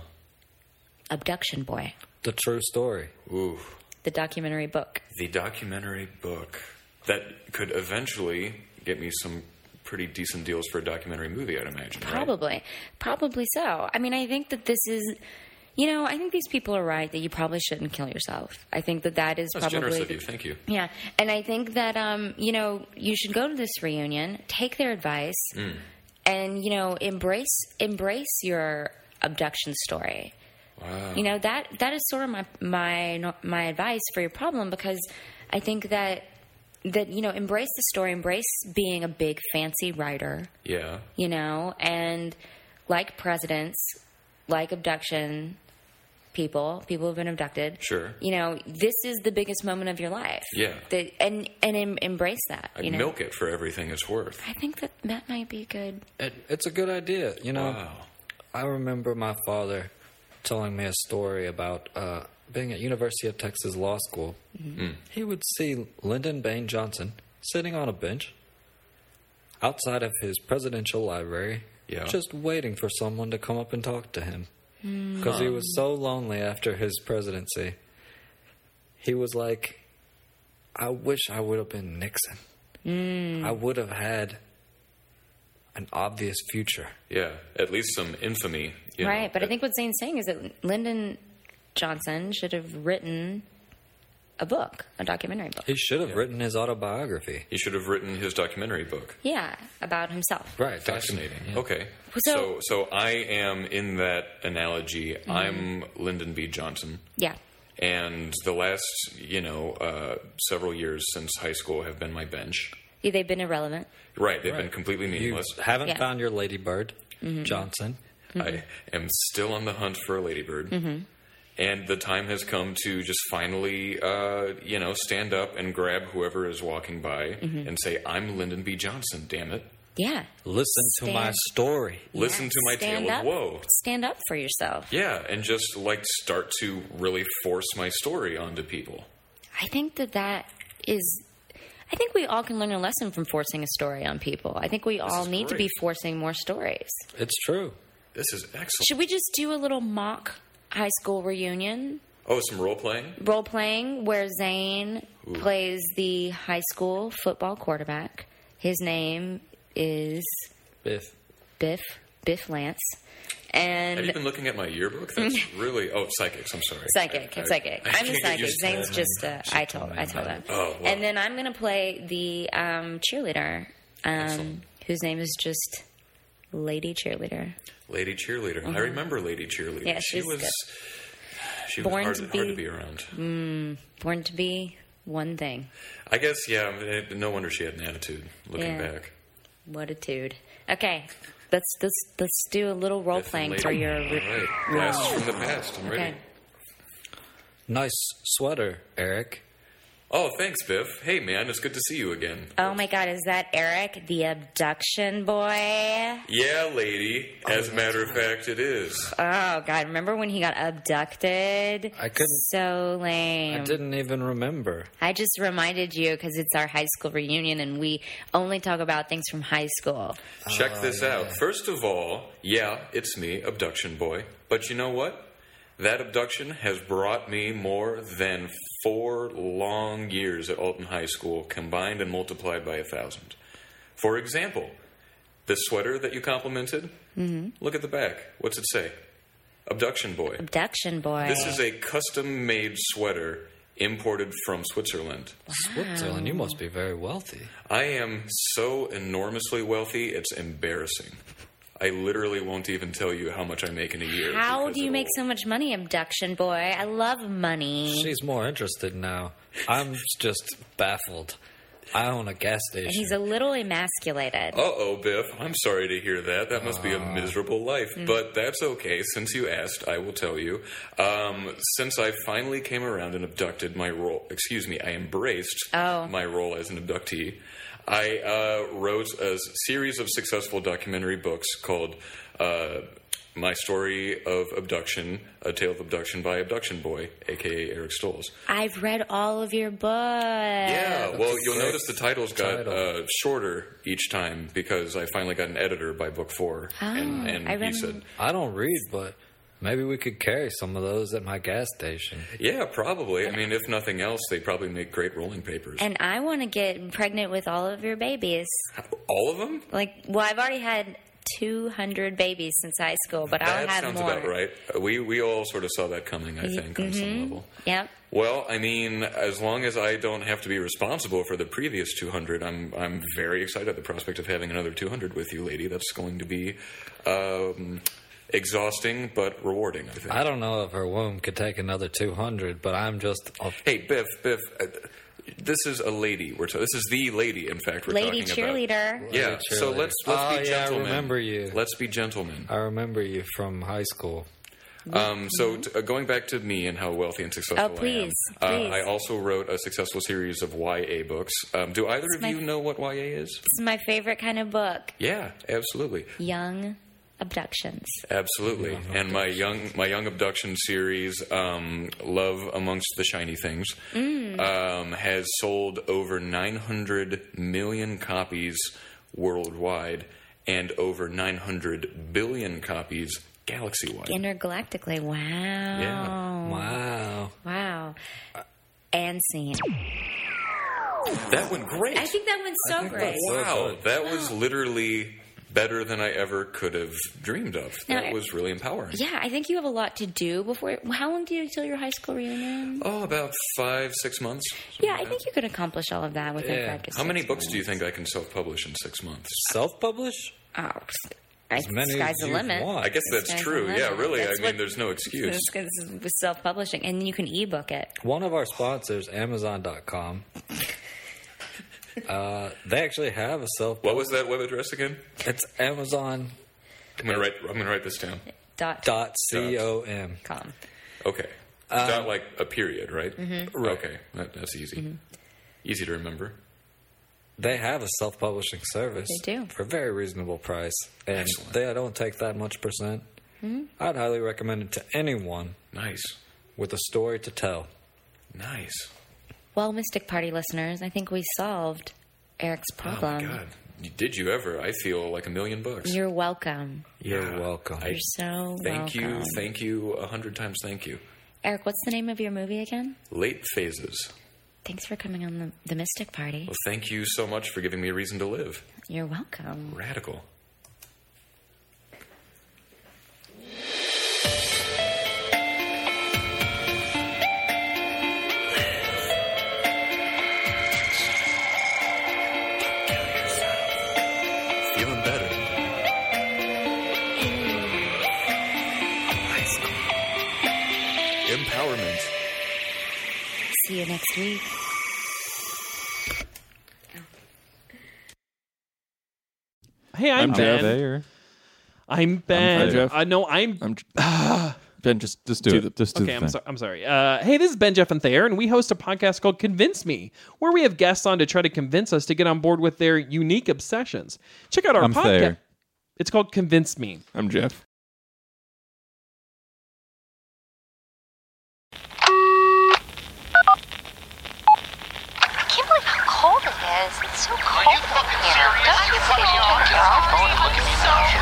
Speaker 2: Abduction Boy,
Speaker 3: The true story.
Speaker 4: Ooh.
Speaker 2: the documentary book.
Speaker 4: The documentary book that could eventually get me some pretty decent deals for a documentary movie, I'd imagine. right?
Speaker 2: Probably. Probably so. I mean, I think that this is. You know, I think these people are right that you probably shouldn't kill yourself. I think that that is
Speaker 4: That's
Speaker 2: probably
Speaker 4: generous of
Speaker 2: the-
Speaker 4: you. Thank you.
Speaker 2: Yeah, and I think that um, you know you should go to this reunion, take their advice,
Speaker 4: Mm.
Speaker 2: and you know embrace embrace your abduction story.
Speaker 4: Wow.
Speaker 2: You know that that is sort of my my my advice for your problem because I think that that you know embrace the story, embrace being a big fancy writer
Speaker 4: Yeah.
Speaker 2: you know, and like presidents, like abduction people, people who've been abducted.
Speaker 4: Sure.
Speaker 2: You know, this is the biggest moment of your life.
Speaker 4: Yeah.
Speaker 2: That, and and em- embrace that.
Speaker 4: I'd
Speaker 2: you know,
Speaker 4: milk it for everything it's worth.
Speaker 2: I think that that might be good.
Speaker 3: It, it's a good idea, you know.
Speaker 4: Wow.
Speaker 3: I remember my father telling me a story about uh, being at University of Texas Law School. He would see Lyndon Baines Johnson sitting on a bench outside of his presidential library,
Speaker 4: Yeah.
Speaker 3: just waiting for someone to come up and talk to him because he was so lonely after his presidency. He was like, "I wish I would have been Nixon. I would have had an obvious future."
Speaker 4: Yeah. At least some infamy. you know,
Speaker 2: right. But I
Speaker 4: that-
Speaker 2: think what Zane's saying is that Lyndon Johnson should have written a book, a documentary book.
Speaker 3: He should have written his autobiography.
Speaker 4: he should have written his documentary book.
Speaker 2: Yeah, about himself.
Speaker 3: Right.
Speaker 4: Fascinating. Okay.
Speaker 2: So- Mm-hmm.
Speaker 4: So, so I am in that analogy. I'm Lyndon B. Johnson,
Speaker 2: Yeah.
Speaker 4: and the last, you know, uh, several years since high school have been my bench.
Speaker 2: Yeah, They've been irrelevant.
Speaker 4: Right. They've been completely
Speaker 3: You
Speaker 4: meaningless.
Speaker 3: haven't
Speaker 2: Yeah. Mm-hmm.
Speaker 3: found your ladybird, Johnson.
Speaker 4: I am still on the hunt for a ladybird.
Speaker 2: Mm-hmm.
Speaker 4: And the time has come to just finally, uh, you know, stand up and grab whoever is walking by
Speaker 2: Mm-hmm.
Speaker 4: and say, I'm Lyndon B. Johnson, damn it.
Speaker 2: Yeah.
Speaker 3: Listen to my
Speaker 2: Stand-
Speaker 3: story.
Speaker 4: Listen
Speaker 2: Yeah.
Speaker 4: to my
Speaker 2: Stand
Speaker 4: tale
Speaker 2: up.
Speaker 4: of woe.
Speaker 2: Stand up for yourself.
Speaker 4: Yeah, and just like start to really force my story onto people.
Speaker 2: I think that that is. I think we all can learn a lesson from forcing a story on people. I think we all
Speaker 4: is
Speaker 2: need to be
Speaker 4: great.
Speaker 2: forcing more stories.
Speaker 3: It's true.
Speaker 4: This is excellent.
Speaker 2: Should we just do a little mock high school reunion
Speaker 4: Oh, some role playing?
Speaker 2: role playing where Zane plays the high school football quarterback? His name is
Speaker 3: Biff.
Speaker 2: Biff Biff Lance,
Speaker 4: Have you
Speaker 2: and
Speaker 4: been looking at my yearbook? That's really. Oh, psychics, I'm sorry.
Speaker 2: psychic.
Speaker 4: I- I-
Speaker 2: I'm psychic.
Speaker 4: I
Speaker 2: I'm the
Speaker 4: can't get
Speaker 2: psychic.
Speaker 4: used to
Speaker 2: Zane's
Speaker 4: that.
Speaker 2: just uh, I told I told him.
Speaker 4: Oh,
Speaker 2: And then I'm gonna play the um, cheerleader, um,
Speaker 4: Excellent.
Speaker 2: whose name is just Lady Cheerleader.
Speaker 4: Lady Cheerleader. I remember Lady Cheerleader.
Speaker 2: Mm-hmm. Yeah,
Speaker 4: she
Speaker 2: she's
Speaker 4: was.
Speaker 2: good.
Speaker 4: She
Speaker 2: Born
Speaker 4: was hard
Speaker 2: to
Speaker 4: to,
Speaker 2: be-
Speaker 4: hard to be around.
Speaker 2: Born to be one thing.
Speaker 4: I guess, yeah, it- no wonder she had an attitude looking
Speaker 2: Yeah.
Speaker 4: back.
Speaker 2: What a tude. Okay, let's let's let's do a little role playing
Speaker 4: Lady-
Speaker 2: for your.
Speaker 4: All right.
Speaker 2: No.
Speaker 4: Blast from the past. I'm
Speaker 2: Okay.
Speaker 4: ready.
Speaker 3: Nice sweater, Eric.
Speaker 4: Oh, thanks, Biff. Hey, man, it's good to see you again.
Speaker 2: Oh my God! Is that Eric, the abduction boy?
Speaker 4: Yeah, lady. As a matter of fact, it is.
Speaker 2: Oh God! Remember when he got abducted?
Speaker 3: I couldn't-
Speaker 2: So lame.
Speaker 3: I didn't even remember.
Speaker 2: I just reminded you because it's our high school reunion and we only talk about things from high school.
Speaker 4: Check this out. First of all, yeah, it's me, abduction boy. But you know what? That abduction has brought me more than four long years at Alton High School, combined and multiplied by a thousand. For example, this sweater that you complimented, look at the back. What's it say? Abduction boy.
Speaker 2: Abduction boy.
Speaker 4: This is a custom made sweater imported from Switzerland.
Speaker 3: Switzerland, you must be very wealthy.
Speaker 4: I am so enormously wealthy, it's embarrassing. I literally won't even tell you how much I make in a year.
Speaker 2: How
Speaker 4: because
Speaker 2: do you
Speaker 4: it'll-
Speaker 2: make so much money, abduction boy? I love money.
Speaker 3: She's more interested now. I'm just baffled. I own a gas station.
Speaker 2: He's a little emasculated.
Speaker 4: Uh oh, Biff. I'm sorry to hear that. That must be a miserable life. But that's okay. Since you asked, I will tell you. Um, since I finally came around and abducted my role, excuse me, I embraced
Speaker 2: Oh.
Speaker 4: my role as an abductee, I uh, wrote a series of successful documentary books called uh, My Story of Abduction A Tale of Abduction by Abduction Boy, aka Eric Stoles.
Speaker 2: I've read all of your books. Yeah.
Speaker 4: Yeah, well, you'll
Speaker 3: great
Speaker 4: notice the titles got
Speaker 3: title.
Speaker 4: uh, shorter each time because I finally got an editor by book four, and, and
Speaker 2: Ah, I
Speaker 4: he
Speaker 2: remember.
Speaker 4: said,
Speaker 3: I don't read, but maybe we could carry some of those at my gas station.
Speaker 4: "Yeah, probably. I mean, if nothing else, they probably make great rolling papers.
Speaker 2: And I want to get pregnant with all of your babies.
Speaker 4: All of them?
Speaker 2: Like, well, I've already had 200 babies since high school, but I'll
Speaker 4: that
Speaker 2: have
Speaker 4: sounds
Speaker 2: more.
Speaker 4: about right. Uh, We we all sort of saw that coming, I think, on
Speaker 2: mm-hmm.
Speaker 4: some level.
Speaker 2: Yep.
Speaker 4: Well, I mean, as long as I don't have to be responsible for the previous 200, I'm I'm very excited at the prospect of having another 200 with you, lady. That's going to be um, exhausting but rewarding. I think.
Speaker 3: I don't know if her womb could take another 200, but I'm just a
Speaker 4: Hey, Biff, Biff, uh, this is a lady. We're ta- this is the lady, in fact. We're
Speaker 2: Lady
Speaker 4: talking about.
Speaker 2: cheerleader.
Speaker 4: Yeah.
Speaker 3: Lady
Speaker 4: So
Speaker 3: cheerleader.
Speaker 4: let's let's
Speaker 3: Oh,
Speaker 4: be
Speaker 3: yeah, I
Speaker 4: gentlemen.
Speaker 3: remember you.
Speaker 4: Let's be gentlemen.
Speaker 3: I remember you from high school.
Speaker 4: Um, so t- uh, going back to me and how wealthy and successful
Speaker 2: Oh, please,
Speaker 4: I am.
Speaker 2: please.
Speaker 4: Uh, I also wrote a successful series of YA books. Um, do either of
Speaker 2: my-
Speaker 4: you know what YA is?
Speaker 2: This is my favorite kind of book.
Speaker 4: Yeah, absolutely.
Speaker 2: Young abductions.
Speaker 4: Absolutely. and my young my young abduction series, um, Love Amongst the Shiny Things,
Speaker 2: Mm.
Speaker 4: um, has sold over 900 million copies worldwide and over 900 billion copies galaxy wide.
Speaker 2: Intergalactically. Wow.
Speaker 4: Yeah.
Speaker 3: Wow.
Speaker 2: Wow. And scene.
Speaker 4: that went great.
Speaker 2: I think that one's so great.
Speaker 4: wow, that was literally better than I ever could have dreamed of.
Speaker 2: Now,
Speaker 4: That was really empowering.
Speaker 2: Yeah, I think you have a lot to do before. How long do you till your high school reunion?
Speaker 4: Oh, about five, six months.
Speaker 2: yeah, I think you could accomplish all of that within
Speaker 3: Yeah.
Speaker 2: five to
Speaker 4: How
Speaker 2: six
Speaker 4: many books
Speaker 2: months.
Speaker 4: do you think I can self publish in six months?
Speaker 3: Self publish?
Speaker 2: Oh, pfft. I
Speaker 3: As many
Speaker 2: sky's
Speaker 3: as
Speaker 2: the
Speaker 3: you
Speaker 2: limit.
Speaker 3: want.
Speaker 4: I guess that's
Speaker 2: Sky's the
Speaker 4: true.
Speaker 2: limit.
Speaker 4: Yeah, really.
Speaker 2: That's
Speaker 4: I mean,
Speaker 2: what-
Speaker 4: there's no excuse.
Speaker 2: This is with self-publishing, and then you can e-book it.
Speaker 3: One of our sponsors, Amazon.com, uh, they actually have a self
Speaker 4: What was that web address again?
Speaker 3: It's Amazon
Speaker 4: I'm gonna write. I'm gonna write this down.
Speaker 2: Dot,
Speaker 3: dot com.
Speaker 2: com.
Speaker 4: Okay. Not like a period, right?
Speaker 2: Mm-hmm.
Speaker 4: Okay, that, that's easy. Easy to remember.
Speaker 3: They have a self publishing service.
Speaker 2: They do.
Speaker 3: For a very reasonable price. And
Speaker 4: Excellent.
Speaker 3: they don't take that much percent.
Speaker 2: Hmm?
Speaker 3: I'd highly recommend it to anyone
Speaker 4: Nice,
Speaker 3: with a story to tell.
Speaker 4: nice.
Speaker 2: Well, Mystic Party listeners, I think we solved Eric's
Speaker 4: Oh my
Speaker 2: problem.
Speaker 4: god, You- did you ever? I feel like a million bucks.
Speaker 2: You're welcome.
Speaker 3: You're
Speaker 4: Yeah.
Speaker 3: welcome.
Speaker 4: I-
Speaker 2: You're so
Speaker 4: thank
Speaker 2: welcome.
Speaker 4: you, thank you, a hundred times. Thank you.
Speaker 2: Eric, what's the name of your movie again?
Speaker 4: Late phases.
Speaker 2: Thanks for coming on the, the Mystic Party.
Speaker 4: Well, thank you so much for giving me a reason to live.
Speaker 2: You're welcome.
Speaker 4: Radical. Feeling better. Empowerment.
Speaker 2: See you next week.
Speaker 7: Hey,
Speaker 8: I'm
Speaker 7: I'm, Ben.
Speaker 8: Jeff.
Speaker 9: There.
Speaker 7: I'm Ben.
Speaker 8: I'm Jeff.
Speaker 7: Uh, no, I'm.
Speaker 8: I'm Ben. Just just do,
Speaker 9: Do
Speaker 8: it.
Speaker 9: the-
Speaker 8: just do
Speaker 7: okay,
Speaker 8: the
Speaker 7: I'm,
Speaker 8: thing.
Speaker 7: so- I'm sorry. Uh, hey, this is Ben, Jeff, and Thayer, and we host a podcast called Convince Me, where we have guests on to try to convince us to get on board with their unique obsessions. Check out our
Speaker 8: I'm
Speaker 7: podcast.
Speaker 8: Thayer.
Speaker 7: It's called Convince Me.
Speaker 8: I'm Jeff.
Speaker 10: I can't believe how cold it is. It's so cold in here. Don't you think you take your off?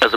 Speaker 10: As a